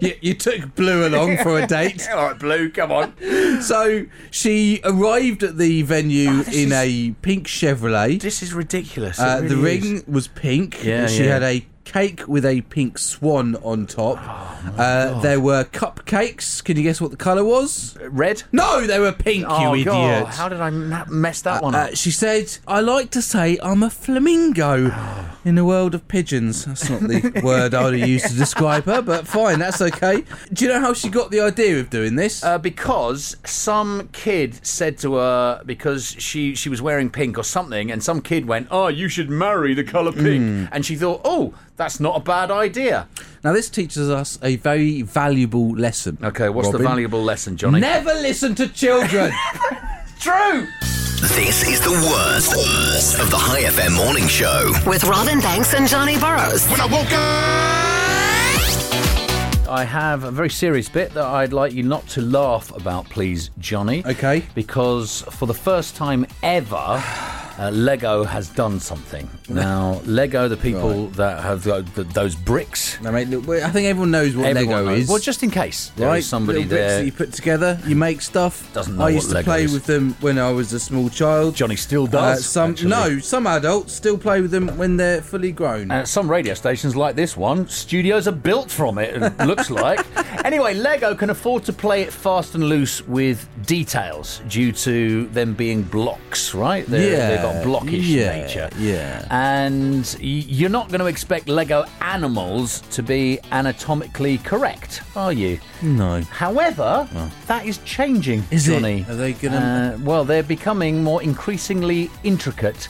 [SPEAKER 2] You, you took Blue along for a date.
[SPEAKER 1] All right, Blue, come on.
[SPEAKER 2] So she arrived at the venue
[SPEAKER 1] Oh, this
[SPEAKER 2] in
[SPEAKER 1] is-
[SPEAKER 2] a pink Chevrolet.
[SPEAKER 1] This is ridiculous. It
[SPEAKER 2] Uh, the
[SPEAKER 1] really is.
[SPEAKER 2] ring was pink.
[SPEAKER 1] Yeah,
[SPEAKER 2] she
[SPEAKER 1] yeah.
[SPEAKER 2] had a cake with a pink swan on top.
[SPEAKER 1] Oh,
[SPEAKER 2] uh, there were cupcakes. Can you guess what the colour was?
[SPEAKER 1] red.
[SPEAKER 2] No, they were pink,
[SPEAKER 1] Oh
[SPEAKER 2] you
[SPEAKER 1] God!
[SPEAKER 2] idiot.
[SPEAKER 1] How did I ma- mess that one
[SPEAKER 2] Uh,
[SPEAKER 1] up?
[SPEAKER 2] she said, I like to say I'm a flamingo. in a world of pigeons. That's not the word I would have used to describe her, but fine, that's okay. Do you know how she got the idea of doing this?
[SPEAKER 1] Uh, because some kid said to her because she she was wearing pink or something, and some kid went, "Oh, you should marry the color pink," and she thought, "Oh, that's not a bad idea."
[SPEAKER 2] Now, this teaches us a very valuable lesson.
[SPEAKER 1] Okay, what's the valuable lesson, Johnny?
[SPEAKER 2] Never listen to children.
[SPEAKER 1] True.
[SPEAKER 16] This is the worst, worst of the High FM morning show.
[SPEAKER 3] With Robin Banks and Johnny Burrows. When I woke
[SPEAKER 1] I have a very serious bit that I'd like you not to laugh about, please, Johnny.
[SPEAKER 2] Okay.
[SPEAKER 1] Because for the first time ever, uh, Lego has done something. Now, Lego, the people that have uh, th- those bricks.
[SPEAKER 2] I mean, I think everyone knows what Lego is.
[SPEAKER 1] Well, just in case there is
[SPEAKER 2] right?
[SPEAKER 1] somebody
[SPEAKER 2] Little bricks
[SPEAKER 1] there.
[SPEAKER 2] that you put together, you make stuff.
[SPEAKER 1] Doesn't know
[SPEAKER 2] I
[SPEAKER 1] what
[SPEAKER 2] used to
[SPEAKER 1] Lego
[SPEAKER 2] play
[SPEAKER 1] is.
[SPEAKER 2] with them when I was a small child. Uh,
[SPEAKER 1] Johnny still does,
[SPEAKER 2] some
[SPEAKER 1] actually.
[SPEAKER 2] no, some adults still play with them when they're fully grown.
[SPEAKER 1] And at Uh, some radio stations like this one, studios are built from it, it looks like. Anyway, Lego can afford to play it fast and loose with details due to them being blocks, right? They're-
[SPEAKER 2] Yeah,
[SPEAKER 1] They've got blockish
[SPEAKER 2] yeah,
[SPEAKER 1] nature.
[SPEAKER 2] yeah.
[SPEAKER 1] And y- you're not going to expect Lego animals to be anatomically correct, are you?
[SPEAKER 2] No.
[SPEAKER 1] However, that is changing,
[SPEAKER 2] Is it?
[SPEAKER 1] Johnny.
[SPEAKER 2] Are they gonna-
[SPEAKER 1] Uh, well, they're becoming more increasingly intricate.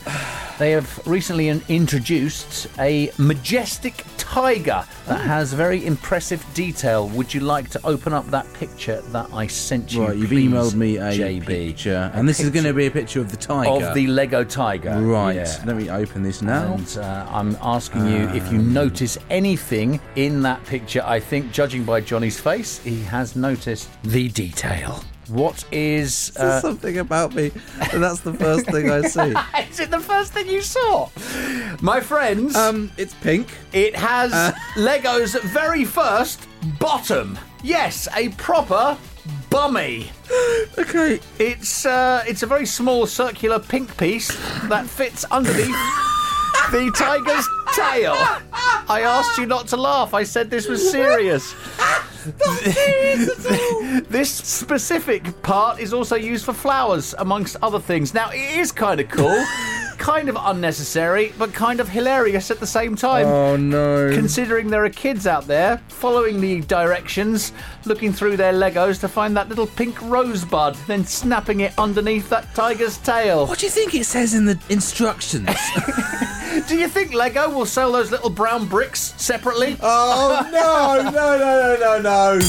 [SPEAKER 1] they have recently in- introduced a majestic tiger
[SPEAKER 2] Hmm.
[SPEAKER 1] that has very impressive detail. Would you like to open up that picture that I sent you?
[SPEAKER 2] Right, you've
[SPEAKER 1] please,
[SPEAKER 2] emailed me a
[SPEAKER 1] JB.
[SPEAKER 2] picture, and this is going to be a picture of the tiger
[SPEAKER 1] Of the Lego tiger.
[SPEAKER 2] Right,
[SPEAKER 1] yeah.
[SPEAKER 2] let me open this now.
[SPEAKER 1] And uh, I'm asking you if you notice anything in that picture. I think, judging by Johnny's face, he has noticed the detail. What is.
[SPEAKER 2] There's
[SPEAKER 1] uh,
[SPEAKER 2] something about me. and That's the first thing I see.
[SPEAKER 1] is it the first thing you saw? My friends,
[SPEAKER 2] Um, it's pink.
[SPEAKER 1] it has Lego's very first bottom. Yes, a proper bummy.
[SPEAKER 2] Okay.
[SPEAKER 1] It's uh, it's a very small circular pink piece that fits underneath the tiger's tail. I asked you not to laugh. I said this was serious. This specific part is also used for flowers, amongst other things. Now, it is kind of cool, kind of unnecessary, but kind of hilarious at the same time.
[SPEAKER 2] Oh no.
[SPEAKER 1] Considering there are kids out there following the directions, looking through their Legos to find that little pink rosebud, then snapping it underneath that tiger's tail.
[SPEAKER 2] What do you think it says in the instructions?
[SPEAKER 1] Do you think Lego will sell those little brown bricks separately?
[SPEAKER 2] oh no, no, no, no, no, no.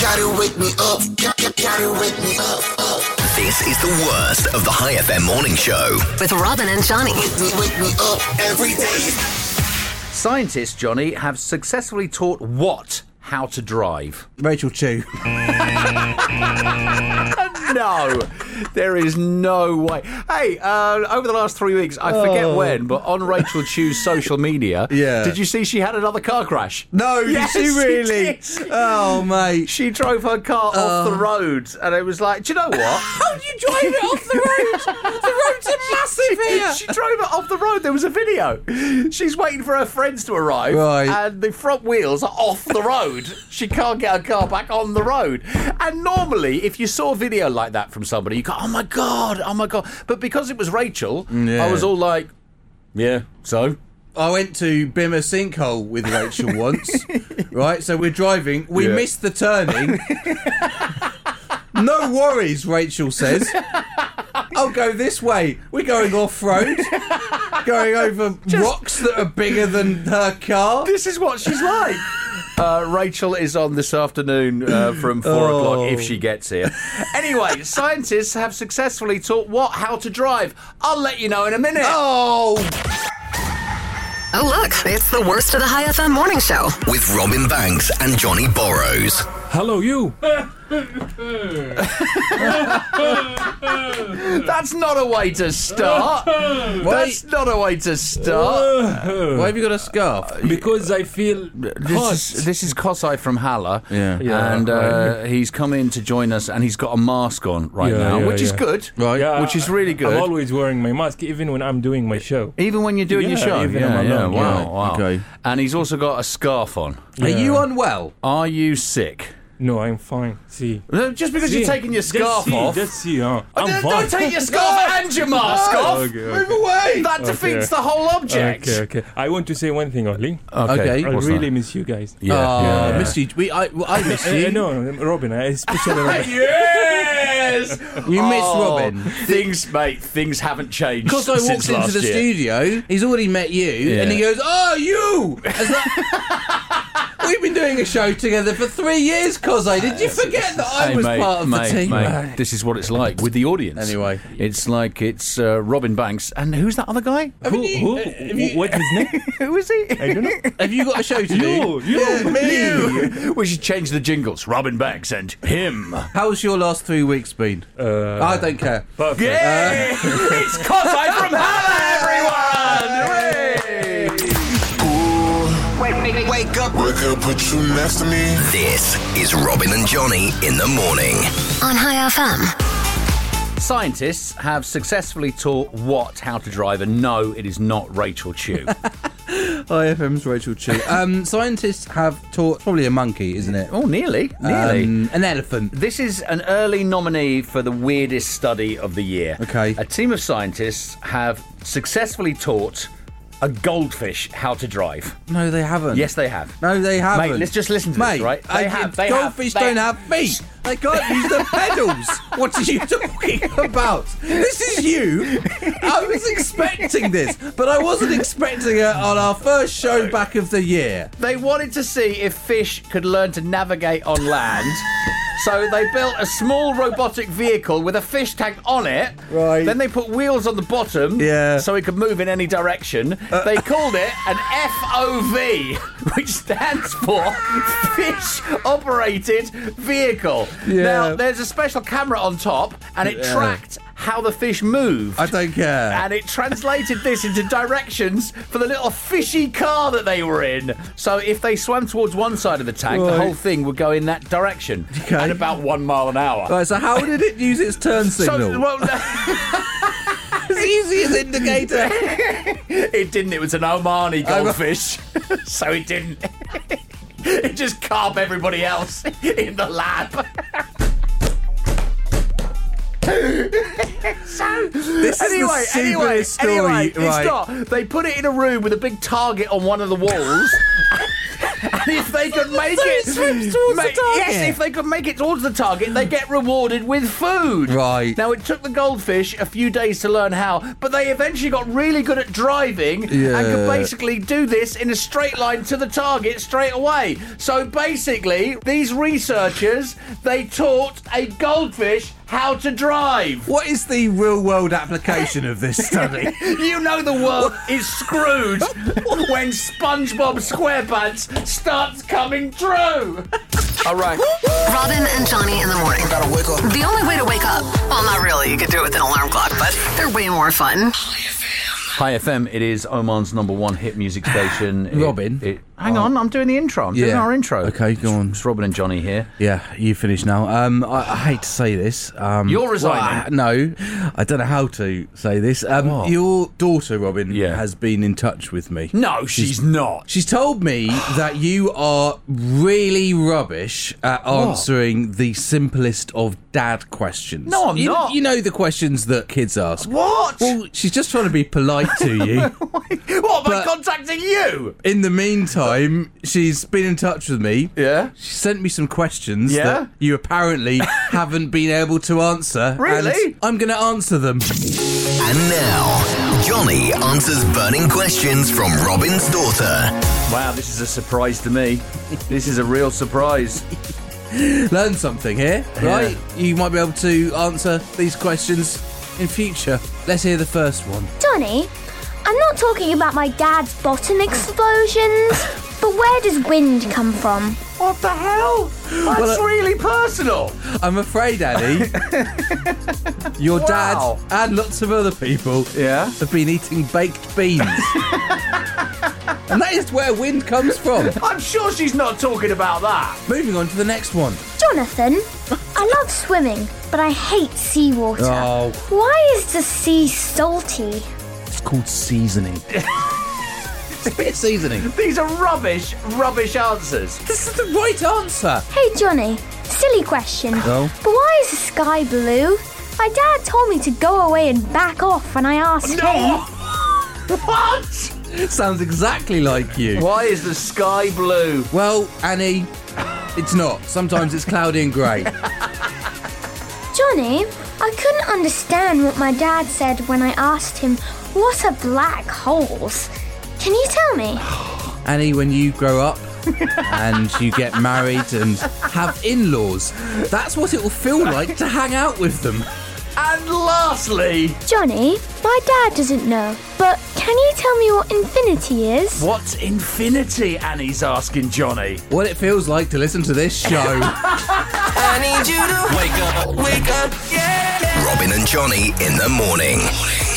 [SPEAKER 16] Gotta wake me up. Gotta wake me up. This is the worst of the High FM morning show.
[SPEAKER 3] With Robin and Johnny.
[SPEAKER 16] Wake me up every day.
[SPEAKER 1] Scientists, Johnny, have successfully taught what how to drive.
[SPEAKER 2] Rachel Chu.
[SPEAKER 1] no, there is no way. Hey, uh, over the last three weeks, I forget
[SPEAKER 2] Oh.
[SPEAKER 1] when, but on Rachel Chu's social media,
[SPEAKER 2] Yeah.
[SPEAKER 1] did you see she had another car crash?
[SPEAKER 2] No,
[SPEAKER 1] Yes,
[SPEAKER 2] did she
[SPEAKER 1] she
[SPEAKER 2] really?
[SPEAKER 1] did.
[SPEAKER 2] Oh mate.
[SPEAKER 1] She drove her car
[SPEAKER 2] Oh.
[SPEAKER 1] off the road, and it was like, do you know what?
[SPEAKER 2] How do you drive it off the road? The roads are massive here.
[SPEAKER 1] she drove it off the road. There was a video. She's waiting for her friends to arrive,
[SPEAKER 2] Right.
[SPEAKER 1] and the front wheels are off the road. she can't get her car back on the road. And normally, if you saw a video like that from somebody, you go, "Oh my god, oh my god!" But because it was Rachel, I
[SPEAKER 2] Yeah.
[SPEAKER 1] was all like, "Yeah, so."
[SPEAKER 2] I went to Bimmer Sinkhole with Rachel once, right? So we're driving, we
[SPEAKER 1] Yeah.
[SPEAKER 2] missed the turning. no worries, Rachel says. I'll go this way. We're going off road, going over rocks that are bigger than her car.
[SPEAKER 1] This is what she's like. Uh, Rachel is on this afternoon uh, from four
[SPEAKER 2] Oh.
[SPEAKER 1] o'clock if she gets here. Anyway, scientists have successfully taught what how to drive. I'll let you know in a minute.
[SPEAKER 2] Oh,
[SPEAKER 3] Oh, look, it's the worst of the High FM morning show.
[SPEAKER 16] With Robin Banks and Johnny Borrows.
[SPEAKER 11] Hello, you.
[SPEAKER 1] That's not a way to start. That's not a way to start. Uh,
[SPEAKER 2] why have you got a scarf?
[SPEAKER 11] Because I feel hot.
[SPEAKER 1] This is, this is Kosai from Hala,
[SPEAKER 2] Yeah.
[SPEAKER 11] Yeah,
[SPEAKER 1] and uh,
[SPEAKER 11] right.
[SPEAKER 1] he's come in to join us, and he's got a mask on right
[SPEAKER 11] Yeah,
[SPEAKER 1] now,
[SPEAKER 11] yeah,
[SPEAKER 1] which is
[SPEAKER 11] yeah.
[SPEAKER 1] good,
[SPEAKER 2] Right.
[SPEAKER 11] Yeah,
[SPEAKER 1] which is really good.
[SPEAKER 11] I'm always wearing my mask, even when I'm doing my show.
[SPEAKER 1] Even when you're doing your
[SPEAKER 11] Yeah,
[SPEAKER 1] show,
[SPEAKER 11] even
[SPEAKER 1] yeah,
[SPEAKER 11] on my
[SPEAKER 1] yeah,
[SPEAKER 11] own,
[SPEAKER 1] wow,
[SPEAKER 11] yeah.
[SPEAKER 1] wow.
[SPEAKER 2] Okay.
[SPEAKER 1] And he's also got a scarf on.
[SPEAKER 2] Are you unwell?
[SPEAKER 1] Are you sick?
[SPEAKER 11] No, I'm fine. See.
[SPEAKER 1] No, just because you're
[SPEAKER 11] See?
[SPEAKER 1] taking your
[SPEAKER 11] Just
[SPEAKER 1] scarf
[SPEAKER 11] see,
[SPEAKER 1] off-
[SPEAKER 11] Just see, huh?
[SPEAKER 1] Oh,
[SPEAKER 11] I'm
[SPEAKER 1] don't-
[SPEAKER 11] fine.
[SPEAKER 1] don't take your scarf and your mask off.
[SPEAKER 11] Okay, okay.
[SPEAKER 1] Move away. That
[SPEAKER 11] Okay.
[SPEAKER 1] defeats the whole object.
[SPEAKER 11] Okay, okay. I want to say one thing only.
[SPEAKER 1] Okay, Okay.
[SPEAKER 11] I
[SPEAKER 1] what's
[SPEAKER 11] really
[SPEAKER 1] that?
[SPEAKER 11] miss you guys.
[SPEAKER 1] Yeah,
[SPEAKER 2] Aw, yeah. miss you. We, Ah, I, well, I miss you.
[SPEAKER 11] no, Robin. I especially Robin.
[SPEAKER 1] yes. Oh,
[SPEAKER 2] You missed Robin.
[SPEAKER 1] Things, mate. Things haven't changed.
[SPEAKER 2] Because I
[SPEAKER 1] since
[SPEAKER 2] walked into
[SPEAKER 1] last
[SPEAKER 2] the
[SPEAKER 1] year.
[SPEAKER 2] studio, he's already met you,
[SPEAKER 1] Yeah.
[SPEAKER 2] and he goes, "Oh, you!" It's like- We've been doing a show together for three years, Cosay. Did you forget that I
[SPEAKER 1] Hey,
[SPEAKER 2] was
[SPEAKER 1] mate,
[SPEAKER 2] part of
[SPEAKER 1] mate,
[SPEAKER 2] the team?
[SPEAKER 1] mate, this is what it's like with the audience. Anyway, it's like it's uh, Robin Banks and who's that other guy?
[SPEAKER 2] Who? who
[SPEAKER 1] What's his name? who is he? I don't know.
[SPEAKER 2] Have you got a show to
[SPEAKER 1] You,
[SPEAKER 2] do?
[SPEAKER 1] you,
[SPEAKER 2] me.
[SPEAKER 1] you. We should change the jingles. Robin Banks and him.
[SPEAKER 2] How's your last three weeks been?
[SPEAKER 11] Uh,
[SPEAKER 2] I don't care.
[SPEAKER 1] Yeah, it's Cosay from Hala, everyone. Hooray!
[SPEAKER 16] Wake, up. Wake up, put you next to me. This is Robin and Johnny in the morning.
[SPEAKER 3] On High FM.
[SPEAKER 1] Scientists have successfully taught Watt how to drive, and no, it is not Rachel Chew.
[SPEAKER 2] IFM's Rachel Chu. Um, scientists have taught probably a monkey, isn't it?
[SPEAKER 1] Oh, nearly, nearly.
[SPEAKER 2] Um, an elephant.
[SPEAKER 1] This is an early nominee for the weirdest study of the year. Okay. A team of scientists have successfully taught a goldfish how to drive.
[SPEAKER 2] No, they haven't.
[SPEAKER 1] Yes, they have.
[SPEAKER 2] No, they haven't.
[SPEAKER 1] Mate, let's just listen to
[SPEAKER 2] Mate,
[SPEAKER 1] this, right? They
[SPEAKER 2] I-
[SPEAKER 1] have. They
[SPEAKER 2] goldfish
[SPEAKER 1] have, they
[SPEAKER 2] don't have feet. They can't use the pedals. What are you talking about? This is you. I was expecting this, but I wasn't expecting it on our first show back of the year.
[SPEAKER 1] They wanted to see if fish could learn to navigate on land. So they built a small robotic vehicle with a fish tank on it. Right. Then they put wheels on the bottom yeah. so it could move in any direction. They called it an FOV, which stands for Fish Operated Vehicle.
[SPEAKER 2] Yeah.
[SPEAKER 1] Now, there's a special camera on top and it
[SPEAKER 2] Yeah.
[SPEAKER 1] tracked how the fish moved.
[SPEAKER 2] I don't care.
[SPEAKER 1] And it translated this into directions for the little fishy car that they were in. So if they swam towards one side of the tank, the
[SPEAKER 2] Right.
[SPEAKER 1] whole thing would go in that direction at about one mile an hour.
[SPEAKER 2] Right, so how did it use its turn signal?
[SPEAKER 1] So, well,
[SPEAKER 2] as easy as indicator.
[SPEAKER 1] it didn't. It was an Omani
[SPEAKER 2] Oh, right.
[SPEAKER 1] goldfish, so it didn't. it just carved everybody else in the lab. so
[SPEAKER 2] This is the
[SPEAKER 1] anyway,
[SPEAKER 2] stupidest
[SPEAKER 1] anyway,
[SPEAKER 2] story,
[SPEAKER 1] anyway, it's
[SPEAKER 2] right.
[SPEAKER 1] not. They put it in a room with a big target on one of the walls. And if they could make
[SPEAKER 2] So
[SPEAKER 1] it,
[SPEAKER 2] it swims towards the
[SPEAKER 1] yes,
[SPEAKER 2] target.
[SPEAKER 1] if they could make it towards the target, they get rewarded with food.
[SPEAKER 2] Right.
[SPEAKER 1] Now it took the goldfish a few days to learn how, but they eventually got really good at driving and could
[SPEAKER 2] Yeah.
[SPEAKER 1] basically do this in a straight line to the target straight away. So basically, these researchers they taught a goldfish how to drive.
[SPEAKER 2] What is the real world application of this study?
[SPEAKER 1] You know the world is screwed when SpongeBob SquarePants starts coming true. All right.
[SPEAKER 3] Robin and Johnny in the morning. Gotta wake up. The only way to wake up. Well, not really. You could do it with an alarm clock, but they're way more fun.
[SPEAKER 1] Hi FM, it is Oman's number one hit music station. It-
[SPEAKER 2] Robin?
[SPEAKER 1] it- Oh. hang on, I'm doing the intro. I'm doing
[SPEAKER 2] Yeah.
[SPEAKER 1] our intro.
[SPEAKER 2] Okay, go on.
[SPEAKER 1] It's Robin and Johnny here.
[SPEAKER 2] Yeah, you finish now. Um, I, I hate to say this. Um,
[SPEAKER 1] You're resigning.
[SPEAKER 2] well, I- no, I don't know how to say this. Um, Your daughter, Robin, has been in touch with me.
[SPEAKER 1] No, she's, not.
[SPEAKER 2] She's told me that you are really rubbish at
[SPEAKER 1] What?
[SPEAKER 2] answering the simplest of dad questions.
[SPEAKER 1] No, I'm
[SPEAKER 2] You-
[SPEAKER 1] not.
[SPEAKER 2] You know the questions that kids ask.
[SPEAKER 1] What?
[SPEAKER 2] Well, she's just trying to be polite to you.
[SPEAKER 1] What am I contacting you?
[SPEAKER 2] In the meantime, she's been in touch with me.
[SPEAKER 1] Yeah.
[SPEAKER 2] She sent me some questions
[SPEAKER 1] Yeah?
[SPEAKER 2] that you apparently haven't been able to answer.
[SPEAKER 16] Really?
[SPEAKER 2] And I'm going to answer them.
[SPEAKER 16] And now, Johnny answers burning questions from Robin's daughter.
[SPEAKER 1] Wow, this is a surprise to me. This is a real surprise.
[SPEAKER 2] Learn something here,
[SPEAKER 1] Yeah.
[SPEAKER 2] right? You might be able to answer these questions in future. Let's hear the first one.
[SPEAKER 17] Johnny, I'm not talking about my dad's bottom explosions, but where does wind come from?
[SPEAKER 1] What the hell? That's really personal.
[SPEAKER 2] I'm afraid, Annie, your
[SPEAKER 1] Wow.
[SPEAKER 2] dad and lots of other people
[SPEAKER 1] yeah?
[SPEAKER 2] have been eating baked beans. and that is where wind comes from.
[SPEAKER 1] I'm sure she's not talking about that.
[SPEAKER 2] Moving on to the next one.
[SPEAKER 17] Jonathan, I love swimming, but I hate seawater.
[SPEAKER 2] Oh.
[SPEAKER 17] Why is the sea salty?
[SPEAKER 2] It's called seasoning. spit seasoning.
[SPEAKER 10] These are rubbish, rubbish answers.
[SPEAKER 2] This is the right answer.
[SPEAKER 17] Hey, Johnny, silly question.
[SPEAKER 2] Oh.
[SPEAKER 17] But why is the sky blue? My dad told me to go away and back off when I asked him.
[SPEAKER 10] What?
[SPEAKER 2] Sounds exactly like you.
[SPEAKER 10] Why is the sky blue?
[SPEAKER 2] Well, Annie, it's not. Sometimes it's cloudy and grey.
[SPEAKER 17] Johnny, I couldn't understand what my dad said when I asked him, What are black holes? Can you tell me?
[SPEAKER 2] Annie, when you grow up and you get married and have in laws, that's what it will feel like to hang out with them.
[SPEAKER 10] And lastly,
[SPEAKER 17] Johnny, my dad doesn't know, but can you tell me what infinity is?
[SPEAKER 10] what's infinity? Annie's asking Johnny.
[SPEAKER 2] What it feels like to listen to this show.
[SPEAKER 6] I need you to wake up, wake up, yeah.
[SPEAKER 16] Robin and Johnny in the morning.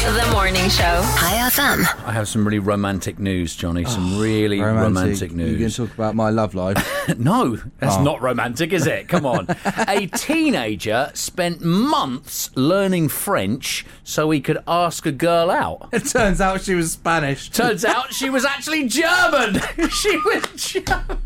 [SPEAKER 14] The morning show.
[SPEAKER 3] Hi FM.
[SPEAKER 1] I have some really romantic news, Johnny. Some
[SPEAKER 10] Oh,
[SPEAKER 1] really romantic,
[SPEAKER 2] You can
[SPEAKER 1] news.
[SPEAKER 2] talk about my love life.
[SPEAKER 1] no, that's
[SPEAKER 2] Oh.
[SPEAKER 1] not romantic, is it? Come on. a teenager spent months learning French so he could ask a girl out.
[SPEAKER 2] it turns out she was Spanish.
[SPEAKER 1] Turns out she was actually German. she was German.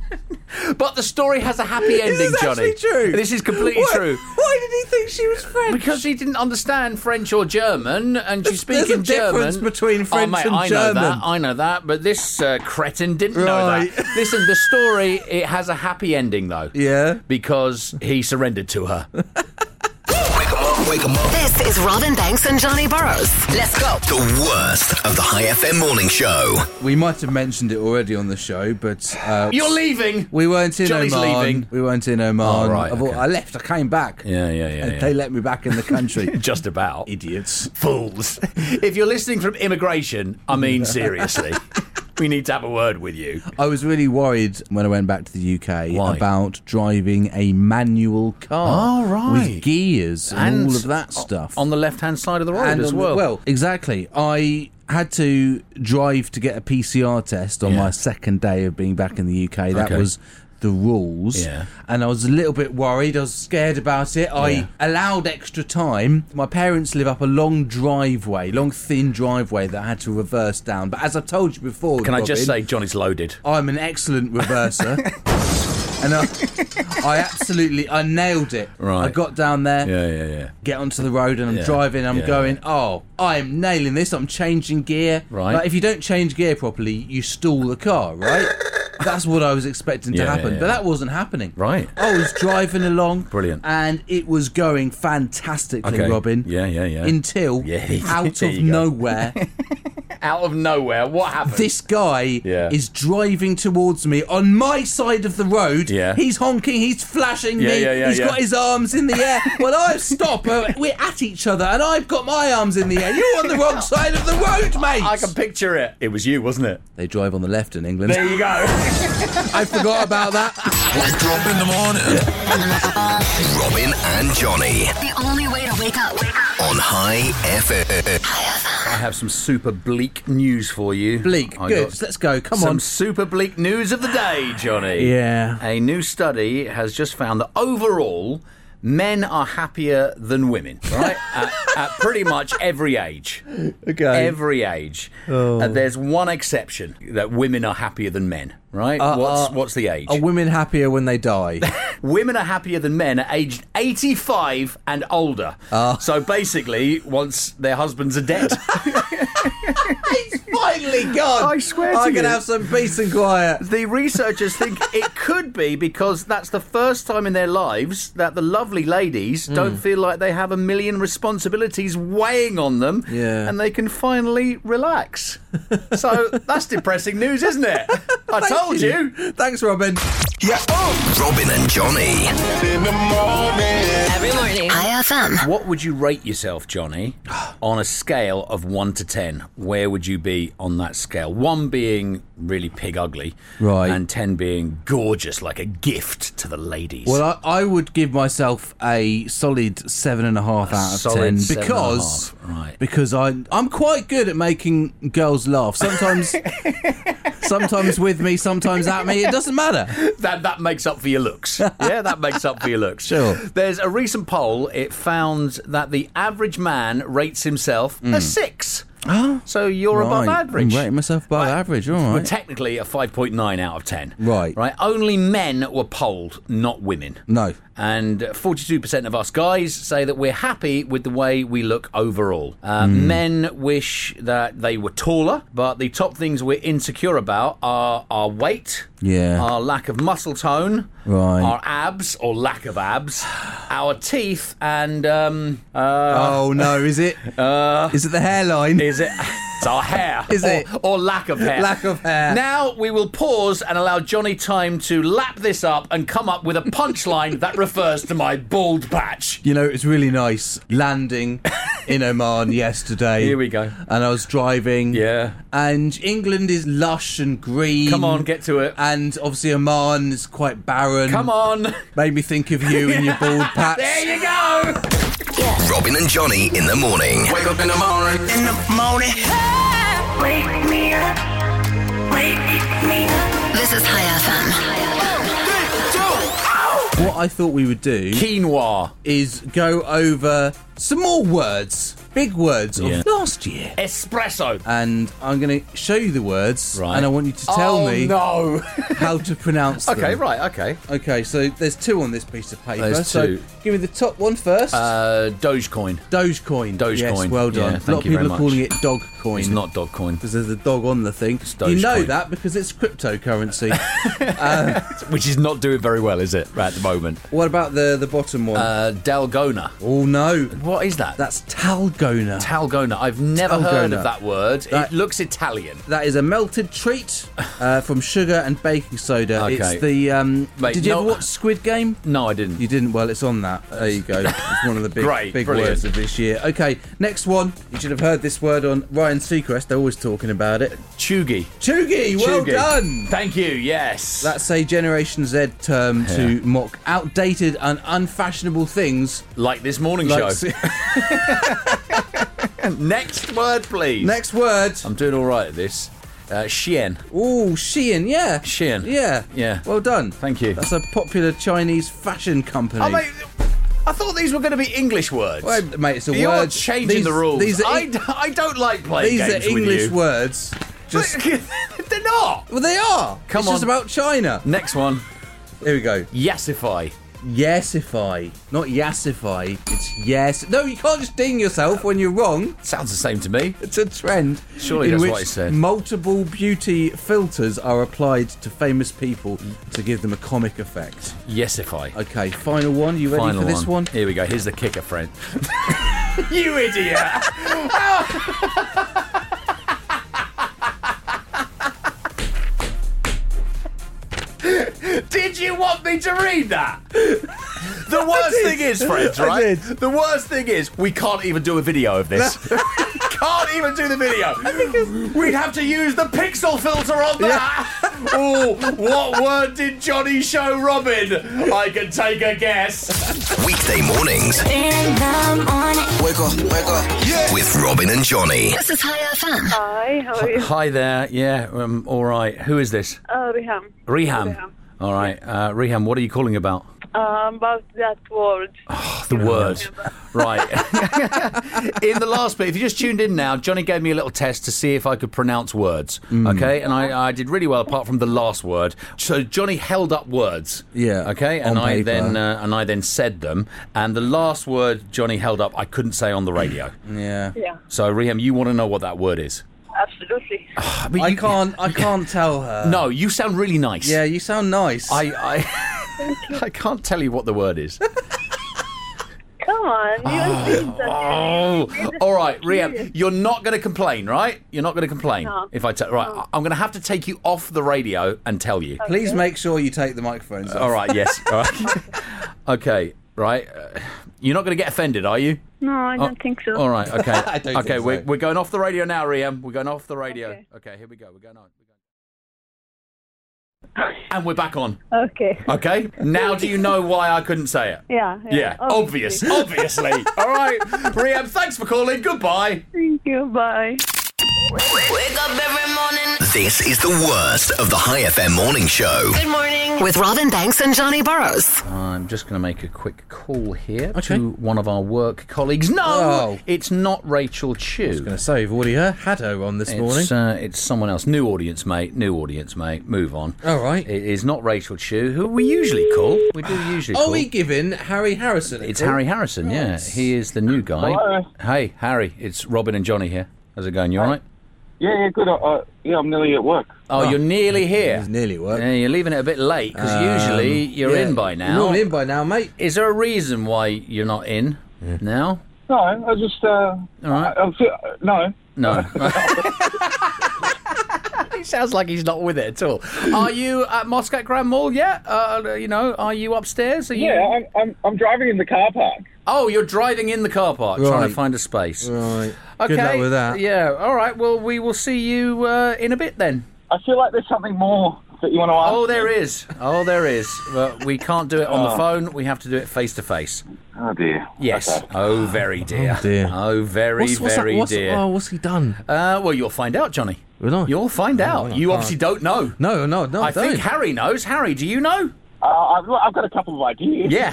[SPEAKER 1] But the story has a happy ending,
[SPEAKER 2] This is
[SPEAKER 1] Johnny.
[SPEAKER 2] actually true.
[SPEAKER 1] This is completely
[SPEAKER 2] Why-
[SPEAKER 1] true.
[SPEAKER 2] Why did he think she was French?
[SPEAKER 1] Because he didn't understand French or German, and she's
[SPEAKER 2] There's-
[SPEAKER 1] speaking
[SPEAKER 2] there's a
[SPEAKER 1] German.
[SPEAKER 2] difference between
[SPEAKER 1] oh,
[SPEAKER 2] French
[SPEAKER 1] mate,
[SPEAKER 2] and
[SPEAKER 1] I
[SPEAKER 2] German.
[SPEAKER 1] know that. I know that. But this uh, cretin didn't know
[SPEAKER 2] Right.
[SPEAKER 1] that. Listen, the story it has a happy ending though.
[SPEAKER 2] Yeah.
[SPEAKER 1] Because he surrendered to her.
[SPEAKER 3] This is Robin Banks and Johnny Burrows. Let's go.
[SPEAKER 16] The worst of the High FM morning show.
[SPEAKER 2] We might have mentioned it already on the show, but uh,
[SPEAKER 1] You're leaving.
[SPEAKER 2] We weren't in
[SPEAKER 1] Johnny's
[SPEAKER 2] Oman.
[SPEAKER 1] leaving.
[SPEAKER 2] We weren't in Oman.
[SPEAKER 1] Oh, right,
[SPEAKER 2] I've al-
[SPEAKER 1] okay.
[SPEAKER 2] I left. I came back.
[SPEAKER 1] Yeah, yeah, yeah.
[SPEAKER 2] and
[SPEAKER 1] yeah.
[SPEAKER 2] they let me back in the country.
[SPEAKER 1] Just about.
[SPEAKER 2] Idiots.
[SPEAKER 1] Fools. if you're listening from immigration, I mean seriously. we need to have a word with you.
[SPEAKER 2] I was really worried when I went back to the UK
[SPEAKER 1] Why?
[SPEAKER 2] about driving a manual car.
[SPEAKER 1] Oh, right.
[SPEAKER 2] With gears and,
[SPEAKER 1] And
[SPEAKER 2] all of that stuff.
[SPEAKER 1] On the left hand side of the road
[SPEAKER 2] And
[SPEAKER 1] as
[SPEAKER 2] on the-
[SPEAKER 1] well.
[SPEAKER 2] well, exactly. I had to drive to get a PCR test on
[SPEAKER 1] Yeah.
[SPEAKER 2] my second day of being back in the UK. That
[SPEAKER 1] Okay.
[SPEAKER 2] was the rules.
[SPEAKER 1] Yeah.
[SPEAKER 2] And I was a little bit worried. I was scared about it. I
[SPEAKER 1] Yeah.
[SPEAKER 2] allowed extra time. My parents live up a long driveway, long thin driveway that I had to reverse down. But as I've told you before,
[SPEAKER 1] Can I just
[SPEAKER 2] Robin,
[SPEAKER 1] say Johnny's loaded?
[SPEAKER 2] I'm an excellent reverser. and I, I absolutely I nailed it.
[SPEAKER 1] Right.
[SPEAKER 2] I got down there.
[SPEAKER 1] Yeah, yeah, yeah.
[SPEAKER 2] Get onto the road and I'm
[SPEAKER 1] Yeah,
[SPEAKER 2] driving. I'm
[SPEAKER 1] yeah,
[SPEAKER 2] going. Oh, I'm nailing this. I'm changing gear.
[SPEAKER 1] Right.
[SPEAKER 2] Like, if you don't change gear properly, you stall the car. Right. That's what I was expecting to
[SPEAKER 1] Yeah,
[SPEAKER 2] happen,
[SPEAKER 1] yeah,
[SPEAKER 2] but
[SPEAKER 1] yeah.
[SPEAKER 2] that wasn't happening.
[SPEAKER 1] Right.
[SPEAKER 2] I was driving along.
[SPEAKER 1] Brilliant.
[SPEAKER 2] And it was going fantastically,
[SPEAKER 1] Okay.
[SPEAKER 2] Robin.
[SPEAKER 1] Yeah, yeah, yeah.
[SPEAKER 2] Until
[SPEAKER 1] Yeah,
[SPEAKER 2] out
[SPEAKER 1] there
[SPEAKER 2] of
[SPEAKER 1] you go.
[SPEAKER 2] nowhere,
[SPEAKER 1] Out of nowhere, what happened?
[SPEAKER 2] this guy
[SPEAKER 1] Yeah.
[SPEAKER 2] is driving towards me on my side of the road.
[SPEAKER 1] Yeah.
[SPEAKER 2] He's honking, he's flashing
[SPEAKER 1] Yeah,
[SPEAKER 2] me,
[SPEAKER 1] yeah, yeah,
[SPEAKER 2] He's
[SPEAKER 1] yeah.
[SPEAKER 2] got his arms in the air. well, I've stopped, uh, we're at each other, and I've got my arms in the air. You're on the wrong side of the road, mate.
[SPEAKER 1] I can picture it. It was you, wasn't it?
[SPEAKER 2] They drive on the left in England.
[SPEAKER 1] There you go.
[SPEAKER 2] I forgot about that.
[SPEAKER 16] Wake up in the morning. Robin and Johnny
[SPEAKER 3] The only way to wake up.
[SPEAKER 16] on High FM.
[SPEAKER 1] I have some super bleak news for you.
[SPEAKER 2] Bleak,
[SPEAKER 1] I
[SPEAKER 2] good.
[SPEAKER 1] got
[SPEAKER 2] Let's go. Come
[SPEAKER 1] some
[SPEAKER 2] on.
[SPEAKER 1] super bleak news of the day, Johnny.
[SPEAKER 2] Yeah.
[SPEAKER 1] A new study has just found that overall, men are happier than women, right? at, at pretty much every age.
[SPEAKER 2] Okay.
[SPEAKER 1] Every age.
[SPEAKER 2] Oh.
[SPEAKER 1] And there's one exception that women are happier than men, right? what's,
[SPEAKER 2] uh,
[SPEAKER 1] what's the age?
[SPEAKER 2] Are women happier when they die?
[SPEAKER 1] Women are happier than men at aged 85 and older.
[SPEAKER 2] Uh.
[SPEAKER 1] So basically, once their husbands are dead.
[SPEAKER 2] Finally, God!
[SPEAKER 1] I swear to
[SPEAKER 2] I can
[SPEAKER 1] you.
[SPEAKER 2] have some peace and quiet.
[SPEAKER 1] the researchers think it could be because that's the first time in their lives that the lovely ladies
[SPEAKER 2] Hmm.
[SPEAKER 1] don't feel like they have a million responsibilities weighing on them
[SPEAKER 2] Yeah.
[SPEAKER 1] and they can finally relax. so that's depressing news, isn't it? I
[SPEAKER 2] Thank
[SPEAKER 1] told you.
[SPEAKER 2] Thanks, Robin.
[SPEAKER 16] Yeah. Robin and Johnny. In the morning.
[SPEAKER 14] Every morning.
[SPEAKER 3] Hi FM.
[SPEAKER 1] What would you rate yourself, Johnny, on a scale of 1 to 10? Where would you be on that scale? 1 being really pig ugly,
[SPEAKER 2] Right.
[SPEAKER 1] and 10 being gorgeous, like a gift to the ladies.
[SPEAKER 2] Well, I, I would give myself a solid seven and a half out of
[SPEAKER 1] solid
[SPEAKER 2] ten
[SPEAKER 1] seven and a
[SPEAKER 2] because
[SPEAKER 1] half, right.
[SPEAKER 2] because I I'm quite good at making girls laugh. Sometimes, sometimes with me, sometimes at me. It doesn't matter.
[SPEAKER 1] that that makes up for your looks. Yeah, that makes up for your looks.
[SPEAKER 2] Sure.
[SPEAKER 1] There's a recent poll. It found that the average man rates himself a six. Oh, so you're above
[SPEAKER 2] Hmm. Right.
[SPEAKER 1] average.
[SPEAKER 2] I'm rating myself above average. All
[SPEAKER 1] We're
[SPEAKER 2] right.
[SPEAKER 1] technically a 5.9 out of 10.
[SPEAKER 2] Right.
[SPEAKER 1] Right. Only men were polled, not women.
[SPEAKER 2] No.
[SPEAKER 1] And 42% of us guys say that we're happy with the way we look overall. Uh,
[SPEAKER 2] Hmm.
[SPEAKER 1] Men wish that they were taller, but the top things we're insecure about are our weight,
[SPEAKER 2] Yeah.
[SPEAKER 1] our lack of muscle tone,
[SPEAKER 2] Right.
[SPEAKER 1] our abs or lack of abs, our teeth, and. Um, uh,
[SPEAKER 2] oh no, is it?
[SPEAKER 1] Uh,
[SPEAKER 2] is it the hairline?
[SPEAKER 1] Is it? It's our hair.
[SPEAKER 2] Is
[SPEAKER 1] or,
[SPEAKER 2] it?
[SPEAKER 1] Or lack of hair.
[SPEAKER 2] Lack of hair.
[SPEAKER 1] Now we will pause and allow Johnny time to lap this up and come up with a punchline that refers to my bald patch.
[SPEAKER 2] You know, it's really nice landing in Oman yesterday.
[SPEAKER 1] Here we go.
[SPEAKER 2] And I was driving.
[SPEAKER 1] Yeah.
[SPEAKER 2] And England is lush and green.
[SPEAKER 1] Come on, get to it.
[SPEAKER 2] And obviously Oman is quite barren.
[SPEAKER 1] Come on.
[SPEAKER 2] Made me think of you and your bald patch.
[SPEAKER 1] There you go.
[SPEAKER 16] Robin and Johnny in the morning. Wake up in the morning. In the morning.
[SPEAKER 3] Wake me up. Wake me up. This is High FM.
[SPEAKER 2] What I thought we would do
[SPEAKER 1] quinoa
[SPEAKER 2] is go over some more words, big words
[SPEAKER 1] Yeah.
[SPEAKER 2] of last year.
[SPEAKER 1] Espresso.
[SPEAKER 2] And I'm going to show you the words,
[SPEAKER 1] Right.
[SPEAKER 2] and I want you to tell
[SPEAKER 1] Oh,
[SPEAKER 2] me
[SPEAKER 1] no.
[SPEAKER 2] how to pronounce them.
[SPEAKER 1] Okay, right, okay.
[SPEAKER 2] Okay, so there's two on this piece of paper.
[SPEAKER 1] There's
[SPEAKER 2] so
[SPEAKER 1] two.
[SPEAKER 2] give me the top one first.
[SPEAKER 1] Uh, Dogecoin.
[SPEAKER 2] Dogecoin.
[SPEAKER 1] Dogecoin.
[SPEAKER 2] Yes, well
[SPEAKER 1] Yeah,
[SPEAKER 2] done.
[SPEAKER 1] thank
[SPEAKER 2] a lot of
[SPEAKER 1] you
[SPEAKER 2] people
[SPEAKER 1] very
[SPEAKER 2] are
[SPEAKER 1] much.
[SPEAKER 2] calling it dog coin.
[SPEAKER 1] It's not dog coin.
[SPEAKER 2] Because there's a dog on the thing.
[SPEAKER 1] Dogecoin.
[SPEAKER 2] You know that because it's cryptocurrency.
[SPEAKER 1] Which is not doing very well, is it, at the moment?
[SPEAKER 2] what about the, the bottom one?
[SPEAKER 1] Uh, Dalgona.
[SPEAKER 2] oh, no.
[SPEAKER 1] What is that?
[SPEAKER 2] That's Talgona.
[SPEAKER 1] Talgona. I've never heard
[SPEAKER 2] Talgona.
[SPEAKER 1] of that word.
[SPEAKER 2] That-
[SPEAKER 1] it looks Italian.
[SPEAKER 2] That is a melted treat uh, from sugar and baking soda.
[SPEAKER 1] Okay.
[SPEAKER 2] It's the. Um,
[SPEAKER 1] Mate,
[SPEAKER 2] did you
[SPEAKER 1] no-
[SPEAKER 2] ever watch Squid Game?
[SPEAKER 1] No, I didn't.
[SPEAKER 2] You didn't. Well, it's on that. There you go. It's one of the big,
[SPEAKER 1] Great,
[SPEAKER 2] big
[SPEAKER 1] brilliant.
[SPEAKER 2] words of this year. Okay, next one. You should have heard this word on Ryan Seacrest. They're always talking about it.
[SPEAKER 1] Chugi.
[SPEAKER 2] Chugi, well
[SPEAKER 1] Chugi.
[SPEAKER 2] done.
[SPEAKER 1] Thank you, yes.
[SPEAKER 2] That's a Generation Z term
[SPEAKER 1] Yeah.
[SPEAKER 2] to mock outdated and unfashionable things.
[SPEAKER 1] like this morning
[SPEAKER 2] Like-
[SPEAKER 1] show. Next word, please.
[SPEAKER 2] Next word.
[SPEAKER 1] I'm doing all right at this. Uh, Shien.
[SPEAKER 2] Oh, Shein, yeah.
[SPEAKER 1] Shein.
[SPEAKER 2] Yeah.
[SPEAKER 1] Yeah.
[SPEAKER 2] Well done.
[SPEAKER 1] Thank you.
[SPEAKER 2] That's a popular Chinese fashion company.
[SPEAKER 1] Oh, mate, I thought these were going to be English words.
[SPEAKER 2] Well, mate, it's a
[SPEAKER 1] You're
[SPEAKER 2] word.
[SPEAKER 1] changing
[SPEAKER 2] These-
[SPEAKER 1] the rules.
[SPEAKER 2] These are,
[SPEAKER 1] I, d- I don't like playing
[SPEAKER 2] these
[SPEAKER 1] games
[SPEAKER 2] are
[SPEAKER 1] with
[SPEAKER 2] English
[SPEAKER 1] you.
[SPEAKER 2] words. Just
[SPEAKER 1] They're not.
[SPEAKER 2] well, they are.
[SPEAKER 1] Come
[SPEAKER 2] it's
[SPEAKER 1] on.
[SPEAKER 2] just about China.
[SPEAKER 1] Next one.
[SPEAKER 2] Here we go.
[SPEAKER 1] Yassify.
[SPEAKER 2] Yesify, not yassify. It's yes. No, you can't just ding yourself when you're wrong.
[SPEAKER 1] Sounds the same to me.
[SPEAKER 2] It's a trend.
[SPEAKER 1] Surely
[SPEAKER 2] in
[SPEAKER 1] that's
[SPEAKER 2] which
[SPEAKER 1] what it said.
[SPEAKER 2] Multiple beauty filters are applied to famous people to give them a comic effect.
[SPEAKER 1] Yassify.
[SPEAKER 2] Okay, final one. You ready
[SPEAKER 1] Final
[SPEAKER 2] for this one?
[SPEAKER 1] Here we go. Here's the kicker, friend. you idiot. Did you want me to read that? The worst thing is, friends,
[SPEAKER 2] I
[SPEAKER 1] right?
[SPEAKER 2] did.
[SPEAKER 1] The worst thing is, we can't even do a video of this. can't even do the video. We'd have to use the pixel filter on that. oh, what word did Johnny show Robin? I can take a guess.
[SPEAKER 16] Weekday mornings.
[SPEAKER 3] In the morning.
[SPEAKER 16] Wake up, wake up. Yeah. With Robin and Johnny.
[SPEAKER 3] This is High FM.
[SPEAKER 18] Hi, how are you?
[SPEAKER 1] Hi there. Yeah, um, all right. Who is this?
[SPEAKER 18] Uh, Riham.
[SPEAKER 1] Reham. All right. Uh, Reham, what are you calling about?
[SPEAKER 18] Um, about that word.
[SPEAKER 1] The word. Right. in the last bit, if you just tuned in now, Johnny gave me a little test to see if I could pronounce words.
[SPEAKER 2] Mm.
[SPEAKER 1] Okay. And I, I did really well apart from the last word. So Johnny held up words.
[SPEAKER 2] Yeah,
[SPEAKER 1] Okay. And
[SPEAKER 2] on
[SPEAKER 1] I
[SPEAKER 2] paper.
[SPEAKER 1] then uh, and I then said them. And the last word Johnny held up, I couldn't say on the radio.
[SPEAKER 2] Yeah.
[SPEAKER 18] Yeah,
[SPEAKER 1] So Reham, you want to know what that word is?
[SPEAKER 18] absolutely.
[SPEAKER 1] I, mean,
[SPEAKER 2] I
[SPEAKER 1] you-
[SPEAKER 2] can't. I can't tell her.
[SPEAKER 1] No, you sound really nice.
[SPEAKER 2] Yeah, you sound nice.
[SPEAKER 1] I I, I can't tell you what the word is.
[SPEAKER 18] Come on, you insist that.
[SPEAKER 19] Ah.
[SPEAKER 1] Oh, all right, Rhian, you're not going to complain, right? You're not going to complain
[SPEAKER 18] No.
[SPEAKER 1] if I ta- right. I- I'm going to have to take you off the radio and tell you.
[SPEAKER 2] Please make sure you take the microphones off.
[SPEAKER 1] All right, yes. All right. okay, right. Uh, you're not going to get offended, are you?
[SPEAKER 18] No, I
[SPEAKER 19] Ah.
[SPEAKER 18] don't think
[SPEAKER 19] Oh.
[SPEAKER 18] so.
[SPEAKER 1] All right, okay.
[SPEAKER 2] I don't
[SPEAKER 1] okay,
[SPEAKER 2] think
[SPEAKER 1] we're,
[SPEAKER 2] so.
[SPEAKER 1] we're going off the radio now, Rhian. We're going off the radio. Okay,
[SPEAKER 18] Okay.
[SPEAKER 1] here we go. We're going on. We're going- And we're back on.
[SPEAKER 18] Okay.
[SPEAKER 1] Okay? Now do you know why I couldn't say it?
[SPEAKER 18] Yeah. Yeah.
[SPEAKER 1] Yeah, obvious,
[SPEAKER 18] obviously.
[SPEAKER 1] obviously. All right, Rhian, thanks for calling. Goodbye.
[SPEAKER 18] Thank you. Bye.
[SPEAKER 16] Wake up every morning. This is the worst of the High FM morning show.
[SPEAKER 3] Good morning.
[SPEAKER 16] With
[SPEAKER 3] With Robin Banks and Johnny Burrows.
[SPEAKER 1] I'm just going to make a quick call here to one of our work colleagues. No, it's not Rachel Chu. I was going to
[SPEAKER 2] say, you've already uh, had her on this
[SPEAKER 1] it's,
[SPEAKER 2] morning.
[SPEAKER 1] Uh, it's someone else. New audience, mate. New audience, mate. Move on.
[SPEAKER 2] All right.
[SPEAKER 1] It is not Rachel Chu, who we usually call. We do usually
[SPEAKER 2] Are
[SPEAKER 1] call.
[SPEAKER 2] we giving Harry Harrison? a
[SPEAKER 1] It's
[SPEAKER 2] call?
[SPEAKER 1] Harry Harrison, yeah.
[SPEAKER 2] Right.
[SPEAKER 1] He is the new guy.
[SPEAKER 2] Hello.
[SPEAKER 1] Hey, Harry, it's Robin and Johnny here. How's it going? You all right?
[SPEAKER 19] Yeah, yeah, good. I, I, yeah, I'm nearly at work.
[SPEAKER 1] Oh, you're nearly here.
[SPEAKER 2] nearly work.
[SPEAKER 1] Yeah, you're leaving it a bit late because usually
[SPEAKER 2] Ah. Um,
[SPEAKER 1] you're
[SPEAKER 2] yeah,
[SPEAKER 1] in by now.
[SPEAKER 2] you're normally in by now, mate.
[SPEAKER 1] Is there a reason why you're not in now?
[SPEAKER 19] No, I just. Uh, All
[SPEAKER 1] right.
[SPEAKER 19] I, I'm, fe- no.
[SPEAKER 1] No. he sounds like he's not with it at all. Are you at Moscat Grand Mall yet? Uh, you know, are you upstairs? Are you...
[SPEAKER 19] Yeah, I'm, I'm, I'm driving in the car park.
[SPEAKER 1] Oh, you're driving in the car park trying
[SPEAKER 2] Right.
[SPEAKER 1] to find a space.
[SPEAKER 2] Right.
[SPEAKER 1] Okay.
[SPEAKER 2] Good luck with that.
[SPEAKER 1] Yeah. All right. Well, we will see you uh, in a bit then.
[SPEAKER 19] I feel like there's something more that you want to ask.
[SPEAKER 1] Oh,
[SPEAKER 19] me.
[SPEAKER 1] there is. Oh, there is. But we can't do it on the
[SPEAKER 19] Oh.
[SPEAKER 1] phone. We have to do it face to face.
[SPEAKER 19] Oh dear.
[SPEAKER 1] Yes. Oh, very dear.
[SPEAKER 2] Oh, dear.
[SPEAKER 1] Oh, very,
[SPEAKER 2] What's- what's that-
[SPEAKER 1] very
[SPEAKER 2] what's-
[SPEAKER 1] dear.
[SPEAKER 2] Oh, what's he done?
[SPEAKER 1] Uh, well, you'll find out, Johnny.
[SPEAKER 2] Will I?
[SPEAKER 1] You'll find out.
[SPEAKER 2] I
[SPEAKER 1] you
[SPEAKER 2] can't.
[SPEAKER 1] obviously don't know.
[SPEAKER 2] No, no, no.
[SPEAKER 1] I
[SPEAKER 2] don't.
[SPEAKER 1] think Harry knows. Harry, do you know?
[SPEAKER 19] Uh, I've, I've got a couple of ideas.
[SPEAKER 1] Yeah.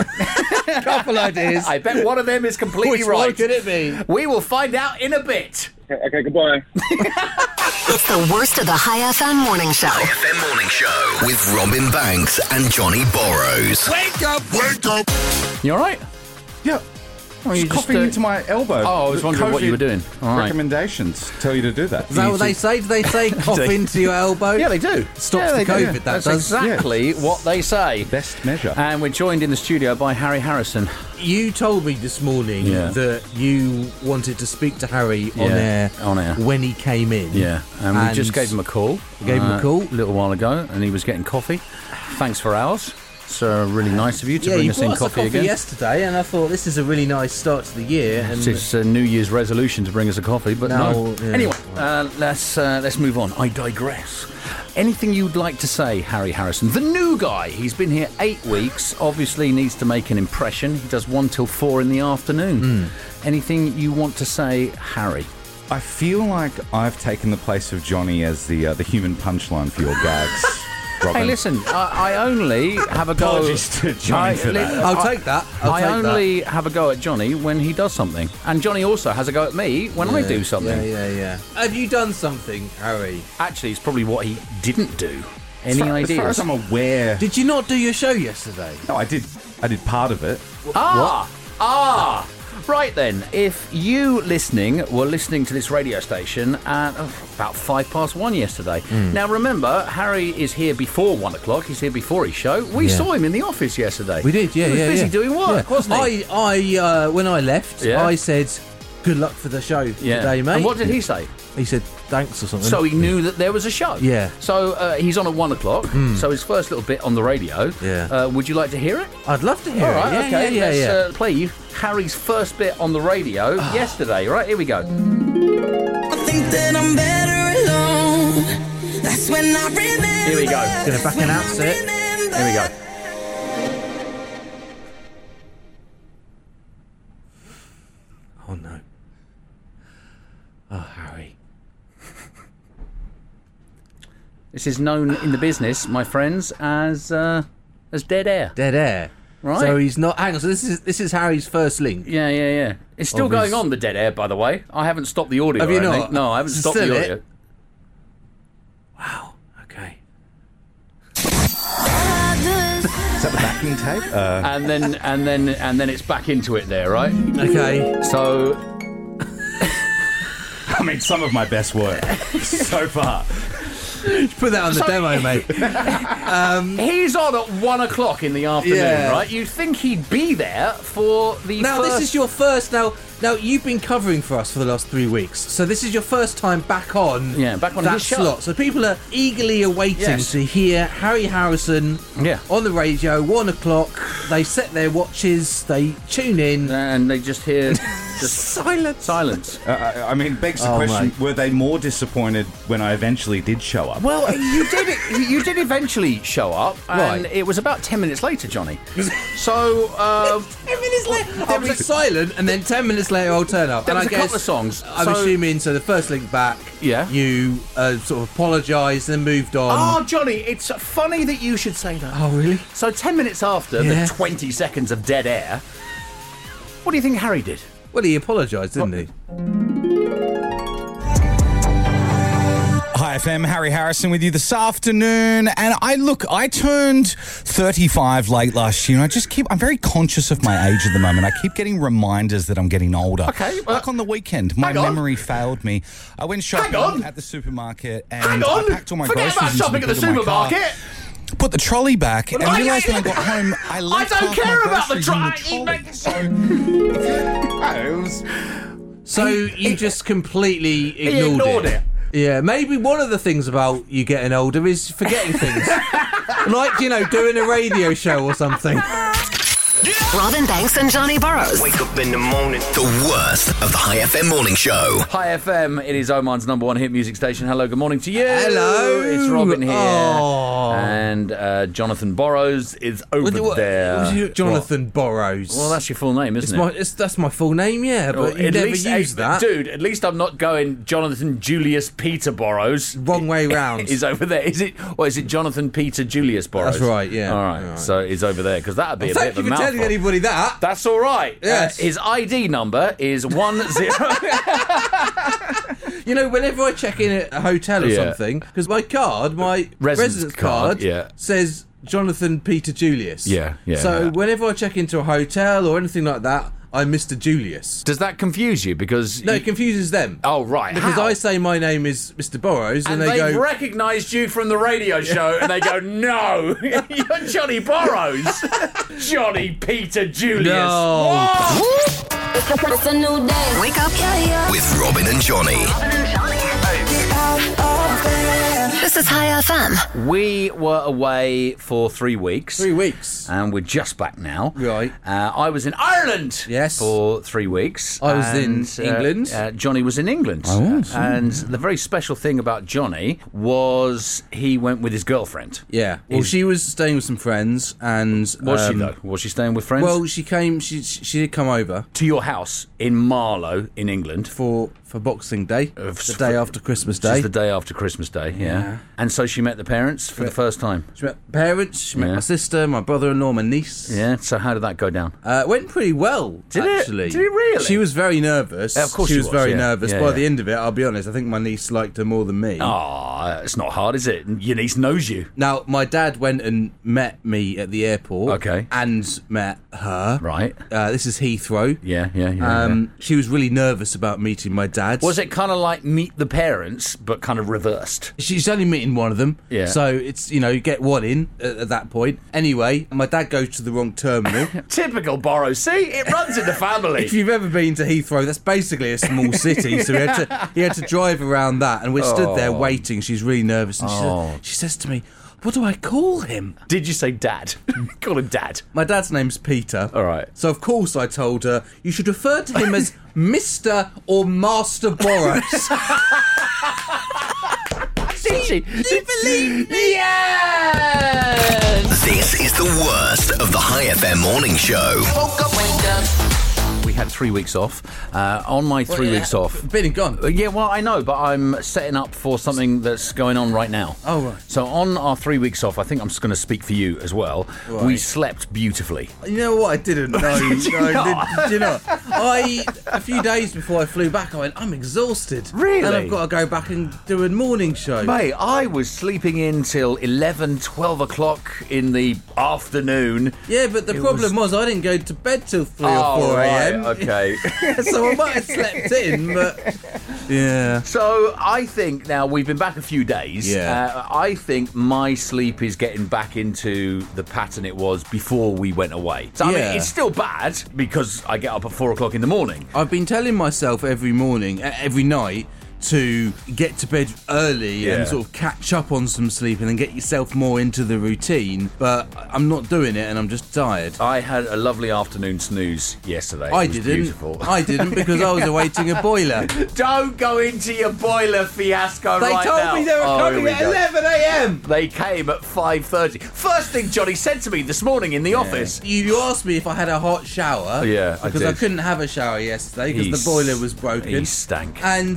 [SPEAKER 2] Couple ideas.
[SPEAKER 1] I bet one of them is completely
[SPEAKER 2] Which
[SPEAKER 1] right.
[SPEAKER 2] One could it be?
[SPEAKER 1] We will find out in a bit.
[SPEAKER 19] Okay, okay goodbye.
[SPEAKER 3] It's the worst of the High FM morning show.
[SPEAKER 16] FM morning show with Robin Banks and Johnny Borrows.
[SPEAKER 3] Wake up, wake up.
[SPEAKER 1] You all right?
[SPEAKER 13] Yeah.
[SPEAKER 1] Oh, you
[SPEAKER 13] just
[SPEAKER 1] just,
[SPEAKER 13] coughing
[SPEAKER 1] uh,
[SPEAKER 13] into my elbow.
[SPEAKER 1] Oh, I was
[SPEAKER 13] The
[SPEAKER 1] wondering what you were doing. All right.
[SPEAKER 13] Recommendations tell you to do that.
[SPEAKER 2] Is that what they say? Do they say cough
[SPEAKER 13] They-
[SPEAKER 2] into your elbow?
[SPEAKER 1] Yeah, they do.
[SPEAKER 2] Stops
[SPEAKER 1] Yeah,
[SPEAKER 2] the
[SPEAKER 1] they do.
[SPEAKER 2] COVID. That
[SPEAKER 1] That's
[SPEAKER 2] does.
[SPEAKER 1] exactly what they say.
[SPEAKER 13] Best measure.
[SPEAKER 1] And we're joined in the studio by Harry Harrison.
[SPEAKER 2] You told me this morning
[SPEAKER 1] Yeah.
[SPEAKER 2] that you wanted to speak to Harry on
[SPEAKER 1] Yeah,
[SPEAKER 2] air
[SPEAKER 1] on air.
[SPEAKER 2] when he came in.
[SPEAKER 1] Yeah, and, we just gave him a call. Uh,
[SPEAKER 2] We gave him a call.
[SPEAKER 1] a little while ago, and he was getting coffee. Thanks for ours. So really nice of you to
[SPEAKER 2] yeah,
[SPEAKER 1] bring
[SPEAKER 2] you
[SPEAKER 1] us
[SPEAKER 2] brought
[SPEAKER 1] in
[SPEAKER 2] us a
[SPEAKER 1] coffee, again.
[SPEAKER 2] yesterday, and I thought this is a really nice start to the year. And
[SPEAKER 1] It's it's a uh, New Year's resolution to bring us a coffee, but no.
[SPEAKER 2] No, yeah.
[SPEAKER 1] Anyway, uh, let's uh, let's move on. I digress. Anything you'd like to say, Harry Harrison, the new guy? He's been here eight weeks. Obviously, needs to make an impression. He does one till four in the afternoon.
[SPEAKER 2] Hmm.
[SPEAKER 1] Anything you want to say, Harry?
[SPEAKER 13] I feel like I've taken the place of Johnny as the uh, the human punchline for your gags. Robin.
[SPEAKER 1] Hey, listen, I, I only have a go.
[SPEAKER 13] Apologies to
[SPEAKER 1] I-
[SPEAKER 13] Johnny for that.
[SPEAKER 1] li-
[SPEAKER 2] I'll
[SPEAKER 1] I-
[SPEAKER 2] take that. I'll
[SPEAKER 1] I
[SPEAKER 2] take that.
[SPEAKER 1] only have a go at Johnny when he does something, and Johnny also has a go at me when I
[SPEAKER 2] Yeah,
[SPEAKER 1] do something.
[SPEAKER 2] Yeah, yeah, yeah. Have you done something, Harry?
[SPEAKER 1] Actually, it's probably what he didn't do. Any
[SPEAKER 13] far- as
[SPEAKER 1] ideas?
[SPEAKER 13] far as I'm aware,
[SPEAKER 2] Did you not do your show yesterday?
[SPEAKER 13] no, I did. I did part of it.
[SPEAKER 1] Ah, ah. Right then, if you listening were listening to this radio station at oh, about five past one yesterday.
[SPEAKER 2] Hmm.
[SPEAKER 1] Now remember, Harry is here before one o'clock. He's here before his show. We
[SPEAKER 2] Yeah.
[SPEAKER 1] saw him in the office yesterday.
[SPEAKER 2] We did, yeah,
[SPEAKER 1] He was
[SPEAKER 2] yeah.
[SPEAKER 1] busy
[SPEAKER 2] yeah.
[SPEAKER 1] doing work,
[SPEAKER 2] Yeah.
[SPEAKER 1] wasn't he?
[SPEAKER 2] I, I, uh, when I left,
[SPEAKER 1] Yeah.
[SPEAKER 2] I said, "Good luck for the show
[SPEAKER 1] yeah.
[SPEAKER 2] today, mate."
[SPEAKER 1] And what did he say?
[SPEAKER 2] He said, "Thanks" or something.
[SPEAKER 1] So he knew that there was a show.
[SPEAKER 2] Yeah. Hmm.
[SPEAKER 1] So uh, he's on at one o'clock. So his first little bit on the radio.
[SPEAKER 2] Yeah.
[SPEAKER 1] Uh, would you like to hear it?
[SPEAKER 2] I'd love to hear
[SPEAKER 1] All right.
[SPEAKER 2] it. Yeah,
[SPEAKER 1] okay.
[SPEAKER 2] yeah,
[SPEAKER 1] Let's
[SPEAKER 2] yeah. Ah. yeah.
[SPEAKER 1] Uh, play you Harry's first bit on the radio yesterday. All right. Here we go.
[SPEAKER 12] think that I'm better alone. That's when I remember.
[SPEAKER 1] Here we go.
[SPEAKER 2] Gonna back announce it.
[SPEAKER 1] Here we go.
[SPEAKER 2] Oh no. Oh Harry.
[SPEAKER 1] This is known in the business, my friends, as uh, as dead air.
[SPEAKER 2] Dead air.
[SPEAKER 1] Right.
[SPEAKER 2] So he's not. Hang on. So this is this is Harry's first link.
[SPEAKER 1] yeah, yeah, yeah. It's still
[SPEAKER 2] Obvious.
[SPEAKER 1] going on the dead air, by the way. I haven't stopped the audio.
[SPEAKER 2] Have you
[SPEAKER 1] or anything.
[SPEAKER 2] not?
[SPEAKER 1] No, I haven't
[SPEAKER 2] It's
[SPEAKER 1] stopped the
[SPEAKER 2] still
[SPEAKER 1] audio.
[SPEAKER 2] it. Okay.
[SPEAKER 13] Is that the backing tape? Uh,
[SPEAKER 1] And then and then and then it's back into it there, right?
[SPEAKER 2] Okay.
[SPEAKER 1] So
[SPEAKER 13] I mean, some of my best work so far.
[SPEAKER 2] Put that on the
[SPEAKER 1] So-
[SPEAKER 2] demo, mate.
[SPEAKER 1] He's on at one o'clock in the afternoon,
[SPEAKER 2] Yeah.
[SPEAKER 1] right? You'd think he'd be there for the
[SPEAKER 2] Now
[SPEAKER 1] first.
[SPEAKER 2] this is your first. Now, now you've been covering for us for the last three weeks, so this is your first time back on.
[SPEAKER 1] Yeah, back on
[SPEAKER 2] that
[SPEAKER 1] his show.
[SPEAKER 2] slot. So people are eagerly awaiting
[SPEAKER 1] Yes.
[SPEAKER 2] to hear Harry Harrison.
[SPEAKER 1] Yeah.
[SPEAKER 2] On the radio, one o'clock. They set their watches. They tune in.
[SPEAKER 1] and they just hear silence. Silence.
[SPEAKER 13] Uh, I, I mean, begs the
[SPEAKER 1] Oh,
[SPEAKER 13] question:
[SPEAKER 1] mate.
[SPEAKER 13] Were they more disappointed when I eventually did show up?
[SPEAKER 1] Well, uh, you did. You did eventually show up, and
[SPEAKER 13] Right.
[SPEAKER 1] it was about ten minutes later, Johnny. So uh,
[SPEAKER 2] ten minutes later,
[SPEAKER 12] "Oh,
[SPEAKER 2] I was silent, and then ten minutes later, I'll turn up.
[SPEAKER 1] There
[SPEAKER 2] and
[SPEAKER 1] was a
[SPEAKER 2] I guess
[SPEAKER 1] couple of songs.
[SPEAKER 2] I'm
[SPEAKER 1] So-
[SPEAKER 2] assuming. So the first link back, yeah, you uh, sort of apologised and moved on.
[SPEAKER 1] Oh, Johnny, it's funny that you should say that.
[SPEAKER 2] Oh, really?
[SPEAKER 1] So, 10 minutes after
[SPEAKER 2] Yeah.
[SPEAKER 1] the 20 seconds of dead air, what do you think Harry did?
[SPEAKER 2] Well, he apologised, didn't he?
[SPEAKER 13] Hi FM, Harry Harrison with you this afternoon. And I look, I turned 35 late last year, and I just keep, I'm very conscious of my age at the moment. I keep getting reminders that I'm getting older.
[SPEAKER 16] Okay,
[SPEAKER 13] like on the weekend, my
[SPEAKER 16] hang on.
[SPEAKER 13] memory failed me. I went
[SPEAKER 16] on.
[SPEAKER 13] shopping at the supermarket and
[SPEAKER 16] Hang on.
[SPEAKER 13] I packed all my
[SPEAKER 16] Forget
[SPEAKER 13] groceries
[SPEAKER 16] about
[SPEAKER 13] into
[SPEAKER 16] shopping at the
[SPEAKER 13] boot of my car,
[SPEAKER 16] supermarket.
[SPEAKER 13] Put the trolley back
[SPEAKER 16] What am
[SPEAKER 13] and
[SPEAKER 16] I
[SPEAKER 13] realised when I
[SPEAKER 16] doing?
[SPEAKER 13] got home, I
[SPEAKER 16] I
[SPEAKER 13] left
[SPEAKER 16] don't
[SPEAKER 13] half my
[SPEAKER 16] care about the
[SPEAKER 13] groceries in
[SPEAKER 16] tro-
[SPEAKER 13] trolley. So,
[SPEAKER 2] So you just completely
[SPEAKER 16] He
[SPEAKER 2] ignored,
[SPEAKER 16] ignored it.
[SPEAKER 2] Yeah, maybe one of the things about you getting older is forgetting things, like you know, doing a radio show or something.
[SPEAKER 3] Robin Banks and Johnny Burrows.
[SPEAKER 16] Wake up in the morning. The worst of the High FM morning show.
[SPEAKER 1] Hi FM, it is Oman's number one hit music station. Hello, good morning to you.
[SPEAKER 16] Hello.
[SPEAKER 1] it's Robin here,
[SPEAKER 16] Oh.
[SPEAKER 1] and uh, Jonathan Borrows is over
[SPEAKER 2] What- what-
[SPEAKER 1] there.
[SPEAKER 2] what do you- Jonathan Borrows.
[SPEAKER 1] What? Well, that's your full name,
[SPEAKER 2] It's
[SPEAKER 1] isn't
[SPEAKER 2] my,
[SPEAKER 1] it?
[SPEAKER 2] it's, that's my full name, yeah, but you
[SPEAKER 1] at
[SPEAKER 2] never
[SPEAKER 1] least,
[SPEAKER 2] use that.
[SPEAKER 1] dude. At least I'm not going Jonathan Julius Peter Borrows.
[SPEAKER 2] Wrong way round.
[SPEAKER 1] is over there. Is it? Or is it Jonathan Peter Julius Borrows?
[SPEAKER 2] That's right, yeah.
[SPEAKER 1] All right.
[SPEAKER 2] All right.
[SPEAKER 1] So it's over there because that'd be
[SPEAKER 2] Well,
[SPEAKER 1] a bit
[SPEAKER 2] thank you
[SPEAKER 1] of
[SPEAKER 2] for
[SPEAKER 1] a mouthful.
[SPEAKER 2] telling anybody that.
[SPEAKER 1] That's all right. Uh,
[SPEAKER 2] Yes.
[SPEAKER 1] his ID number is one zero.
[SPEAKER 2] You know, whenever I check in at a hotel or
[SPEAKER 1] Yeah.
[SPEAKER 2] something, because my card, my
[SPEAKER 1] Residence
[SPEAKER 2] residence,
[SPEAKER 1] card,
[SPEAKER 2] card,
[SPEAKER 1] yeah.
[SPEAKER 2] says Jonathan Peter Julius.
[SPEAKER 1] Yeah, yeah,
[SPEAKER 2] So
[SPEAKER 1] yeah.
[SPEAKER 2] whenever I check into a hotel or anything like that, I'm Mr. Julius.
[SPEAKER 1] Does that confuse you? Because
[SPEAKER 2] no, it confuses them.
[SPEAKER 1] Oh right.
[SPEAKER 2] Because
[SPEAKER 1] How?
[SPEAKER 2] I say my name is Mr. Burrows, and,
[SPEAKER 1] and
[SPEAKER 2] they
[SPEAKER 1] they have
[SPEAKER 2] go,
[SPEAKER 1] recognised you from the radio show, and they go, "No, you're Johnny Burrows, Johnny Peter Julius."
[SPEAKER 16] No.
[SPEAKER 14] It's a new day.
[SPEAKER 3] Wake up
[SPEAKER 16] With Robin and Johnny.
[SPEAKER 3] This is High FM.
[SPEAKER 1] We were away for three weeks. Three
[SPEAKER 2] weeks.
[SPEAKER 1] And we're just back now.
[SPEAKER 2] Right.
[SPEAKER 1] Uh, I was in Ireland. Yes. For three weeks.
[SPEAKER 2] I was in
[SPEAKER 1] uh,
[SPEAKER 2] England.
[SPEAKER 1] Uh, Johnny was in England. Uh,
[SPEAKER 2] I was, yeah.
[SPEAKER 1] And the very special thing about Johnny was he went with his girlfriend.
[SPEAKER 2] Yeah. Well,
[SPEAKER 1] Is-
[SPEAKER 2] she was staying with some friends, and
[SPEAKER 1] Was she
[SPEAKER 2] um,
[SPEAKER 1] though? Was she staying with friends?
[SPEAKER 2] Well, she came. She she did come over
[SPEAKER 1] to your house in Marlow in England
[SPEAKER 2] for for Boxing Day, the day after Christmas
[SPEAKER 1] Which
[SPEAKER 2] Day.
[SPEAKER 1] is the day after Christmas Day, yeah.
[SPEAKER 2] Yeah.
[SPEAKER 1] And so she met the parents for the first time.
[SPEAKER 2] She met parents. She met
[SPEAKER 1] Yeah.
[SPEAKER 2] my sister, my brother-in-law, my niece.
[SPEAKER 1] Yeah. So how did that go down?
[SPEAKER 2] Uh, it went pretty well,
[SPEAKER 1] Did it?
[SPEAKER 2] actually.
[SPEAKER 1] Did it really?
[SPEAKER 2] She was very nervous.
[SPEAKER 1] Yeah, of course
[SPEAKER 2] she
[SPEAKER 1] she
[SPEAKER 2] was,
[SPEAKER 1] was,
[SPEAKER 2] very
[SPEAKER 1] yeah.
[SPEAKER 2] nervous.
[SPEAKER 1] Yeah,
[SPEAKER 2] By
[SPEAKER 1] yeah.
[SPEAKER 2] the end of it, I'll be honest. I think my niece liked her more than me.
[SPEAKER 1] Ah, it's not hard, is it? Your niece knows you.
[SPEAKER 2] Now, my dad went and met me at the airport.
[SPEAKER 1] Okay.
[SPEAKER 2] And met her.
[SPEAKER 1] Right.
[SPEAKER 2] Uh, this is Heathrow.
[SPEAKER 1] Yeah, yeah, yeah,
[SPEAKER 2] um, She was really nervous about meeting my dad.
[SPEAKER 1] Was it kind of like meet the parents, but kind of reversed?
[SPEAKER 2] She's only meeting one of them.
[SPEAKER 1] Yeah.
[SPEAKER 2] So it's, you know, get one in at, at that point. Anyway, my dad goes to the wrong terminal.
[SPEAKER 1] Typical Borrow. See, it runs in the family.
[SPEAKER 2] If you've ever been to Heathrow, that's basically a small city, so he had to he had to drive around that, and we stood there
[SPEAKER 1] Oh.
[SPEAKER 2] waiting. She's really nervous, and she,
[SPEAKER 1] Oh.
[SPEAKER 2] says, she says to me, "What do I call him?"
[SPEAKER 1] Did you say dad? Call him dad.
[SPEAKER 2] My dad's name's Peter.
[SPEAKER 1] All right.
[SPEAKER 2] So of course I told her you should refer to him as Mister or Master Boros.
[SPEAKER 1] Did she? Did
[SPEAKER 2] believe
[SPEAKER 1] me? Yes!
[SPEAKER 16] This is the worst of the High FM morning show.
[SPEAKER 1] We had three weeks off. Uh, on my three
[SPEAKER 2] yeah,
[SPEAKER 1] weeks off.
[SPEAKER 2] Been and gone.
[SPEAKER 1] Uh, Yeah, well, I know, but I'm setting up for something that's going on right now.
[SPEAKER 2] Oh, right.
[SPEAKER 1] So, on our three weeks off, I think I'm just going to speak for you as well. We
[SPEAKER 2] Right.
[SPEAKER 1] slept beautifully.
[SPEAKER 2] You know what? I didn't know.
[SPEAKER 1] Did you
[SPEAKER 2] no, I
[SPEAKER 1] not?
[SPEAKER 2] didn't- do you know? I a few days before I flew back, I went, "I'm exhausted.
[SPEAKER 1] Really?
[SPEAKER 2] And I've got to go back and do a morning show."
[SPEAKER 1] Mate, I was sleeping in till 11, 12 o'clock in the afternoon.
[SPEAKER 2] Yeah, but the
[SPEAKER 1] It
[SPEAKER 2] problem was... I didn't go to bed till three
[SPEAKER 1] Oh,
[SPEAKER 2] or four
[SPEAKER 1] right,
[SPEAKER 2] a.m.
[SPEAKER 1] okay.
[SPEAKER 2] so I might have slept in, but yeah.
[SPEAKER 1] So I think now we've been back a few days.
[SPEAKER 2] Yeah.
[SPEAKER 1] Uh, I think my sleep is getting back into the pattern it was before we went away. So I
[SPEAKER 2] Yeah.
[SPEAKER 1] mean, it's still bad because I get up at four o'clock in the morning.
[SPEAKER 2] I've been telling myself every morning, e- every night, to get to bed early
[SPEAKER 1] Yeah.
[SPEAKER 2] and sort of catch up on some sleep and then get yourself more into the routine. But I'm not doing it and I'm just tired.
[SPEAKER 1] I had a lovely afternoon snooze yesterday.
[SPEAKER 2] I
[SPEAKER 1] It was
[SPEAKER 2] didn't.
[SPEAKER 1] Beautiful.
[SPEAKER 2] I didn't because I was awaiting a boiler.
[SPEAKER 1] Don't go into your boiler fiasco
[SPEAKER 2] They
[SPEAKER 1] right
[SPEAKER 2] told
[SPEAKER 1] now. Oh,
[SPEAKER 2] me they were coming
[SPEAKER 1] here we
[SPEAKER 2] at
[SPEAKER 1] go.
[SPEAKER 2] 11 a.m..
[SPEAKER 1] They came at 5.30. First thing Johnny said to me this morning in the office.
[SPEAKER 2] You, you asked me if I had a hot shower.
[SPEAKER 1] Yeah, I
[SPEAKER 2] because I,
[SPEAKER 1] did.
[SPEAKER 2] couldn't have a shower yesterday
[SPEAKER 1] He
[SPEAKER 2] because the boiler was broken.
[SPEAKER 1] he stank.
[SPEAKER 2] and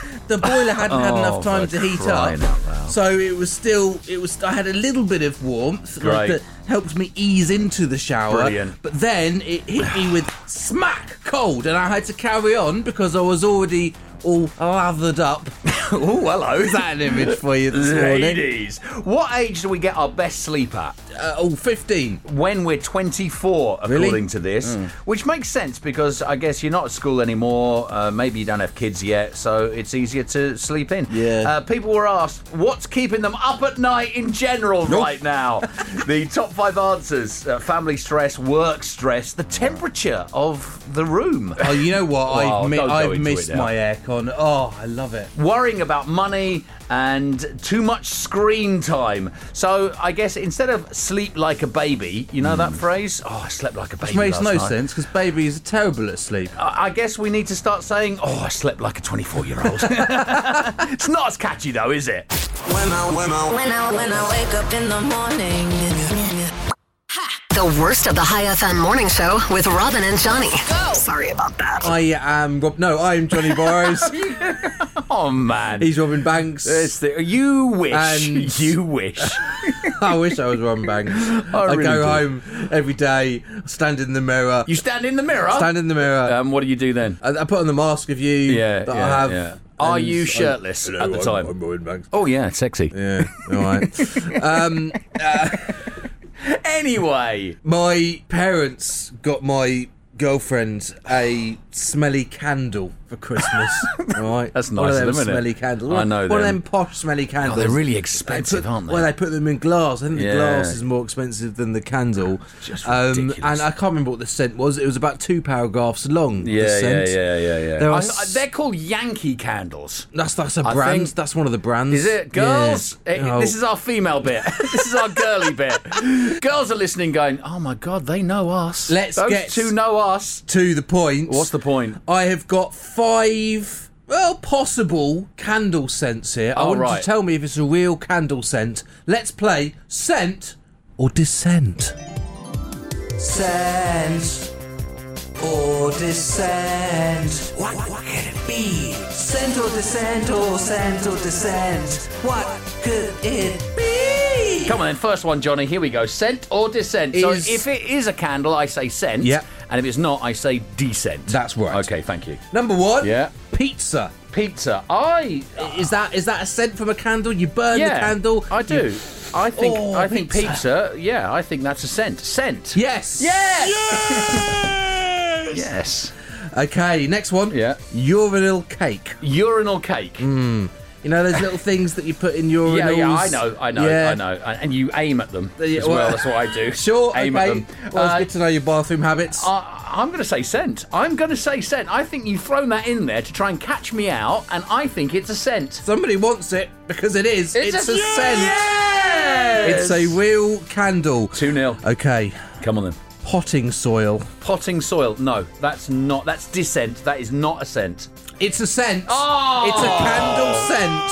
[SPEAKER 2] the boiler hadn't had
[SPEAKER 1] Oh,
[SPEAKER 2] enough time
[SPEAKER 1] for
[SPEAKER 2] to heat
[SPEAKER 1] crying
[SPEAKER 2] up.
[SPEAKER 1] out loud.
[SPEAKER 2] So it was still. It was. I had a little bit of warmth
[SPEAKER 1] Great.
[SPEAKER 2] that helped me ease into the shower.
[SPEAKER 1] Brilliant.
[SPEAKER 2] But then it hit me with smack cold, and I had to carry on because I was already all lathered up.
[SPEAKER 1] oh, hello.
[SPEAKER 2] Is that an image for you this morning?
[SPEAKER 1] Ladies, what age do we get our best sleep at?
[SPEAKER 2] Uh, oh, 15.
[SPEAKER 1] When we're 24, according
[SPEAKER 2] Really?
[SPEAKER 1] to this,
[SPEAKER 2] Mm.
[SPEAKER 1] which makes sense because I guess you're not at school anymore. Uh, maybe you don't have kids yet, so it's easier to sleep in. Yeah. Uh, people were asked what's keeping them up at night in general right now. the top five answers: uh, family stress, work stress, the temperature of the room.
[SPEAKER 2] Oh, you know what?
[SPEAKER 1] Wow,
[SPEAKER 2] I've, mi-
[SPEAKER 1] don't go
[SPEAKER 2] I've
[SPEAKER 1] into it
[SPEAKER 2] missed
[SPEAKER 1] now.
[SPEAKER 2] my aircon. Oh, I love it.
[SPEAKER 1] worrying about money and too much screen time. So I guess instead of sleep like a baby, you know
[SPEAKER 2] Hmm.
[SPEAKER 1] that phrase? Oh, I slept like a baby.
[SPEAKER 2] Which makes
[SPEAKER 1] last
[SPEAKER 2] no
[SPEAKER 1] night. Oh.
[SPEAKER 2] sense because babies are terrible at sleep.
[SPEAKER 1] I I guess we need to start saying, "Oh, I slept like a 24-year-old." it's not as catchy though, is it?
[SPEAKER 12] When I, when I, when I, when I wake up in the morning.
[SPEAKER 3] The worst of the High FM morning show with Robin and Johnny. Sorry about that.
[SPEAKER 2] I am Rob. No, I am Johnny Borrows.
[SPEAKER 1] oh man,
[SPEAKER 2] he's Robin Banks.
[SPEAKER 1] It's the- you wish.
[SPEAKER 2] And-
[SPEAKER 1] You wish.
[SPEAKER 2] I wish I was Robin Banks. I,
[SPEAKER 1] really
[SPEAKER 2] go
[SPEAKER 1] do.
[SPEAKER 2] home every day, stand in the mirror.
[SPEAKER 1] You stand in the mirror.
[SPEAKER 2] Stand in the mirror.
[SPEAKER 1] Um, what do you do then?
[SPEAKER 2] I, I put on the mask of you
[SPEAKER 1] Yeah,
[SPEAKER 2] that
[SPEAKER 1] yeah,
[SPEAKER 2] I have.
[SPEAKER 1] yeah. Are
[SPEAKER 2] and
[SPEAKER 1] you
[SPEAKER 2] I-
[SPEAKER 1] shirtless
[SPEAKER 2] Hello,
[SPEAKER 1] at the
[SPEAKER 2] I'm-
[SPEAKER 1] time?
[SPEAKER 2] I'm Robin Banks.
[SPEAKER 1] Oh yeah, sexy.
[SPEAKER 2] Yeah. All right. um,
[SPEAKER 1] Anyway,
[SPEAKER 2] My parents got my girlfriend a smelly candle for Christmas. all right,
[SPEAKER 1] That's
[SPEAKER 2] One
[SPEAKER 1] nice
[SPEAKER 2] of
[SPEAKER 1] of
[SPEAKER 2] them
[SPEAKER 1] them, isn't it?
[SPEAKER 2] smelly candles.
[SPEAKER 1] I know
[SPEAKER 2] one of
[SPEAKER 1] them.
[SPEAKER 2] them posh smelly candles.
[SPEAKER 1] Oh, they're really
[SPEAKER 2] They
[SPEAKER 1] expensive,
[SPEAKER 2] put-
[SPEAKER 1] aren't they?
[SPEAKER 2] Well, they put them in glass. I think
[SPEAKER 1] Yeah. Ah,
[SPEAKER 2] the glass is more expensive than the candle.
[SPEAKER 1] Just
[SPEAKER 2] um,
[SPEAKER 1] ridiculous.
[SPEAKER 2] and I can't remember what the scent was. It was about two paragraphs long. the
[SPEAKER 1] Yeah, yeah,
[SPEAKER 2] scent.
[SPEAKER 1] yeah, yeah, yeah.
[SPEAKER 2] There
[SPEAKER 1] I-
[SPEAKER 2] are
[SPEAKER 1] I-
[SPEAKER 2] s-
[SPEAKER 1] they're called Yankee candles.
[SPEAKER 2] that's that's a
[SPEAKER 1] I
[SPEAKER 2] brand.
[SPEAKER 1] think-
[SPEAKER 2] That's one of the brands.
[SPEAKER 1] Is it girls? eh,
[SPEAKER 2] Oh.
[SPEAKER 1] This is our female bit. this is our girly bit. Girls are listening, going, "Oh my god, they know us."
[SPEAKER 2] Let's
[SPEAKER 1] Those
[SPEAKER 2] get
[SPEAKER 1] two know us.
[SPEAKER 2] to the point.
[SPEAKER 1] What's the point?
[SPEAKER 2] I have got five, well, possible candle scents here. I
[SPEAKER 1] Oh,
[SPEAKER 2] want you
[SPEAKER 1] right.
[SPEAKER 2] to tell me if it's a real candle scent. Let's play scent or descent. Scent or descent. What, what could it be? Scent or descent or scent or descent. What could it be?
[SPEAKER 1] Come on, then. First one, Johnny. Here we go. Scent or descent. So
[SPEAKER 2] Is-
[SPEAKER 1] if it is a candle, I say scent.
[SPEAKER 2] Yeah.
[SPEAKER 1] And if it's not, I say descent.
[SPEAKER 2] That's right.
[SPEAKER 1] Okay, thank you.
[SPEAKER 2] Number one.
[SPEAKER 1] Yeah.
[SPEAKER 2] Pizza.
[SPEAKER 1] Pizza. I.
[SPEAKER 2] Is that is that a scent from a candle? You burn
[SPEAKER 1] yeah.
[SPEAKER 2] Uh, the candle.
[SPEAKER 1] I do. I think.
[SPEAKER 2] Oh,
[SPEAKER 1] I think
[SPEAKER 2] pizza.
[SPEAKER 1] pizza. Yeah, I think that's a scent. Scent.
[SPEAKER 2] Yes.
[SPEAKER 1] Yes.
[SPEAKER 2] Yes.
[SPEAKER 1] Yes.
[SPEAKER 2] Okay, next one.
[SPEAKER 1] Yeah.
[SPEAKER 2] Urinal cake.
[SPEAKER 1] Urinal cake.
[SPEAKER 2] You know those little things that you put in urinals.
[SPEAKER 1] Yeah, yeah, I know, I know,
[SPEAKER 2] Yeah.
[SPEAKER 1] I know. And and you aim at them
[SPEAKER 2] Yeah,
[SPEAKER 1] as well.
[SPEAKER 2] well-
[SPEAKER 1] That's what I do.
[SPEAKER 2] Sure.
[SPEAKER 1] aim
[SPEAKER 2] okay.
[SPEAKER 1] at them.
[SPEAKER 2] Well, it's
[SPEAKER 1] Uh,
[SPEAKER 2] good to know your bathroom habits.
[SPEAKER 1] I, I'm going to say scent. I'm going to say scent. I think you've thrown that in there to try and catch me out, and I think it's a scent.
[SPEAKER 2] Somebody wants it because it is. It's, a, scent.
[SPEAKER 1] Yes!
[SPEAKER 2] It's a real candle.
[SPEAKER 1] 2 0.
[SPEAKER 2] Okay.
[SPEAKER 1] Come on then.
[SPEAKER 2] Potting soil.
[SPEAKER 1] Potting soil. No, that's not. That's dissent. That is not a scent.
[SPEAKER 2] It's a scent.
[SPEAKER 1] Oh!
[SPEAKER 2] It's a candle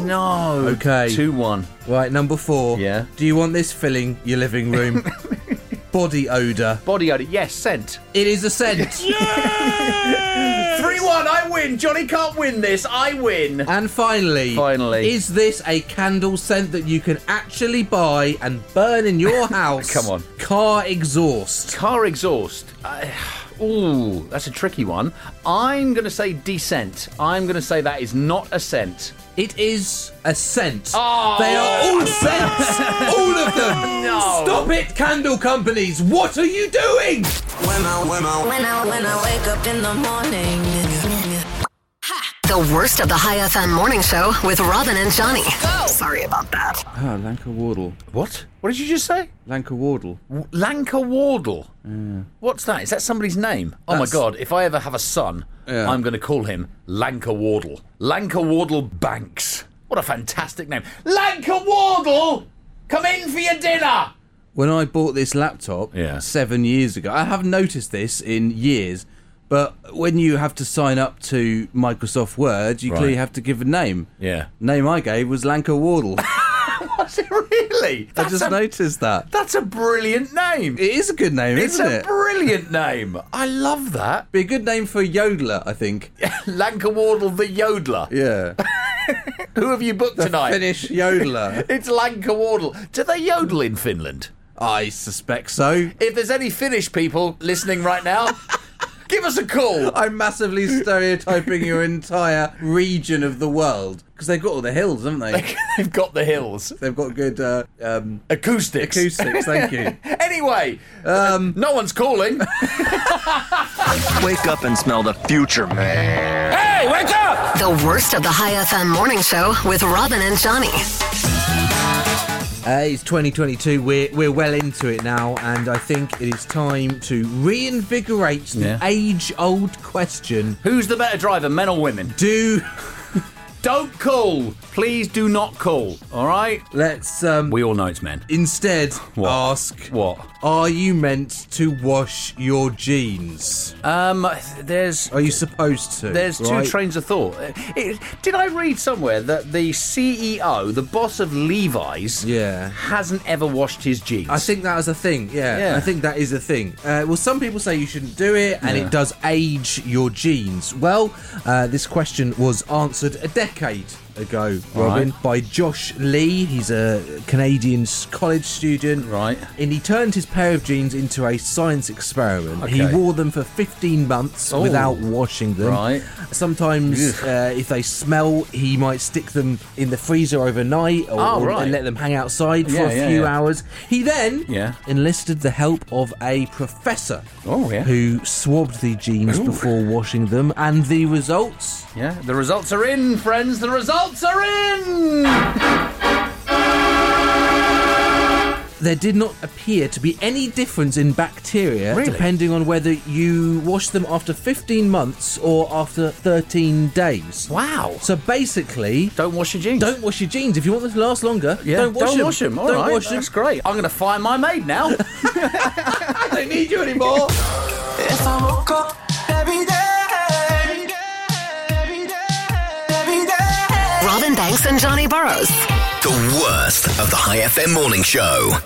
[SPEAKER 2] scent.
[SPEAKER 1] No.
[SPEAKER 2] Okay.
[SPEAKER 1] 2 1.
[SPEAKER 2] Right, number four.
[SPEAKER 1] Yeah.
[SPEAKER 2] Do you want this filling your living room? Body odor.
[SPEAKER 1] Body odor. Yes, scent.
[SPEAKER 2] It is a scent.
[SPEAKER 1] 3 1. I win. Johnny can't win this. I win.
[SPEAKER 2] And finally,
[SPEAKER 1] Finally.
[SPEAKER 2] is this a candle scent that you can actually buy and burn in your house?
[SPEAKER 1] Come on.
[SPEAKER 2] Car exhaust.
[SPEAKER 1] Car exhaust. Uh, ooh, that's a tricky one. I'm going to say descent. I'm going to say that is not a scent.
[SPEAKER 2] It is a scent.
[SPEAKER 1] Oh.
[SPEAKER 2] They are all scents. all of them.
[SPEAKER 1] No.
[SPEAKER 2] Stop it, candle companies. What are you doing?
[SPEAKER 12] When I, when I, when I, when I wake up in the morning.
[SPEAKER 3] The worst of the High FM morning show with Robin and Johnny. Sorry about that.
[SPEAKER 2] Ah, Lanka Wardle.
[SPEAKER 1] What? What did you just say?
[SPEAKER 2] Lanka Wardle.
[SPEAKER 1] Lanka Wardle. What's that? Is that somebody's name? Oh
[SPEAKER 2] That's-
[SPEAKER 1] my god! If I ever have a son, I'm going to call him Lanka Wardle. Lanka Wardle Banks. What a fantastic name, Lanka Wardle. Come in for your dinner.
[SPEAKER 2] When I bought this laptop seven years ago, I haven't noticed this in years, but when you have to sign up to Microsoft Word, you
[SPEAKER 1] Right.
[SPEAKER 2] clearly have to give a name.
[SPEAKER 1] Yeah.
[SPEAKER 2] Name I gave was Lanka Wardle.
[SPEAKER 1] Was it really?
[SPEAKER 2] I just
[SPEAKER 1] a,
[SPEAKER 2] noticed that.
[SPEAKER 1] That's a brilliant name.
[SPEAKER 2] It is a good name,
[SPEAKER 1] It's
[SPEAKER 2] isn't
[SPEAKER 1] a
[SPEAKER 2] it?
[SPEAKER 1] brilliant name. I love that.
[SPEAKER 2] Be a good name for a yodeler, I think.
[SPEAKER 1] Lanka Wardle the Yodeler.
[SPEAKER 2] Yeah.
[SPEAKER 1] Who have you booked tonight?
[SPEAKER 2] Finnish yodeler.
[SPEAKER 1] it's Lanka Wardle. Do they yodel in Finland?
[SPEAKER 2] I suspect so.
[SPEAKER 1] If there's any Finnish people listening right now, give us a call.
[SPEAKER 2] I'm massively stereotyping your entire region of the world because they've got all the hills, haven't they?
[SPEAKER 1] They've got the hills.
[SPEAKER 2] They've got good uh, um,
[SPEAKER 1] acoustics.
[SPEAKER 2] Acoustics, Um, thank you.
[SPEAKER 1] Anyway, uh, no one's calling.
[SPEAKER 16] Wake up and smell the future, man.
[SPEAKER 1] Hey, wake up!
[SPEAKER 3] The worst of the High FM morning show with Robin and Johnny.
[SPEAKER 2] Uh, it's 2022. We're we're well into it now, and I think it is time to reinvigorate the
[SPEAKER 1] Yeah.
[SPEAKER 2] age-old question:
[SPEAKER 1] Who's the better driver, men or women?
[SPEAKER 2] Do
[SPEAKER 1] Don't call. Please do not call. All right?
[SPEAKER 2] let's um,
[SPEAKER 1] We all know it's men.
[SPEAKER 2] instead ask:
[SPEAKER 1] What?
[SPEAKER 2] Are you meant to wash your jeans?
[SPEAKER 1] Um, there's
[SPEAKER 2] Are you supposed to?
[SPEAKER 1] There's two
[SPEAKER 2] right?
[SPEAKER 1] trains of thought. Uh, It- did I read somewhere that the CEO, the boss of Levi's,
[SPEAKER 2] Yeah.
[SPEAKER 1] hasn't ever washed his jeans?
[SPEAKER 2] I think that was a thing. Yeah,
[SPEAKER 1] Yeah.
[SPEAKER 2] I think that is a thing. Uh, well, some people say you shouldn't do it, and
[SPEAKER 1] Yeah.
[SPEAKER 2] it does age your genes. Well, uh, this question was answered a decade ago, Robin, by Josh Lee. He's a Canadian s- college student,
[SPEAKER 1] Right.
[SPEAKER 2] And he turned his pair of jeans into a science experiment.
[SPEAKER 1] Okay.
[SPEAKER 2] He wore them for 15 months
[SPEAKER 1] Oh.
[SPEAKER 2] without washing them.
[SPEAKER 1] Right.
[SPEAKER 2] Sometimes,
[SPEAKER 1] Ugh.
[SPEAKER 2] uh, if they smell, he might stick them in the freezer overnight, or,
[SPEAKER 1] Oh,
[SPEAKER 2] or-
[SPEAKER 1] right.
[SPEAKER 2] and let them hang outside for
[SPEAKER 1] Yeah,
[SPEAKER 2] a
[SPEAKER 1] yeah,
[SPEAKER 2] few
[SPEAKER 1] yeah.
[SPEAKER 2] hours. He then
[SPEAKER 1] Yeah.
[SPEAKER 2] enlisted the help of a professor
[SPEAKER 1] Oh, yeah.
[SPEAKER 2] who swabbed the jeans before washing them, and the results.
[SPEAKER 1] Yeah, the results are in, friends. The results are in.
[SPEAKER 2] There did not appear to be any difference in bacteria
[SPEAKER 1] Really?
[SPEAKER 2] depending on whether you wash them after 15 months or after 13 days.
[SPEAKER 1] Wow.
[SPEAKER 2] So basically,
[SPEAKER 1] Don't wash your jeans.
[SPEAKER 2] don't wash your jeans. If you want them to last longer,
[SPEAKER 1] Yeah,
[SPEAKER 2] don't wash them.
[SPEAKER 1] All
[SPEAKER 2] don't
[SPEAKER 1] right,
[SPEAKER 2] wash them.
[SPEAKER 1] That's great. I'm going to fire my maid now.
[SPEAKER 2] I don't need you anymore.
[SPEAKER 12] If I woke up every day, every day, every day.
[SPEAKER 3] Robin Banks and Johnny Burrows.
[SPEAKER 16] The worst of the High FM morning show.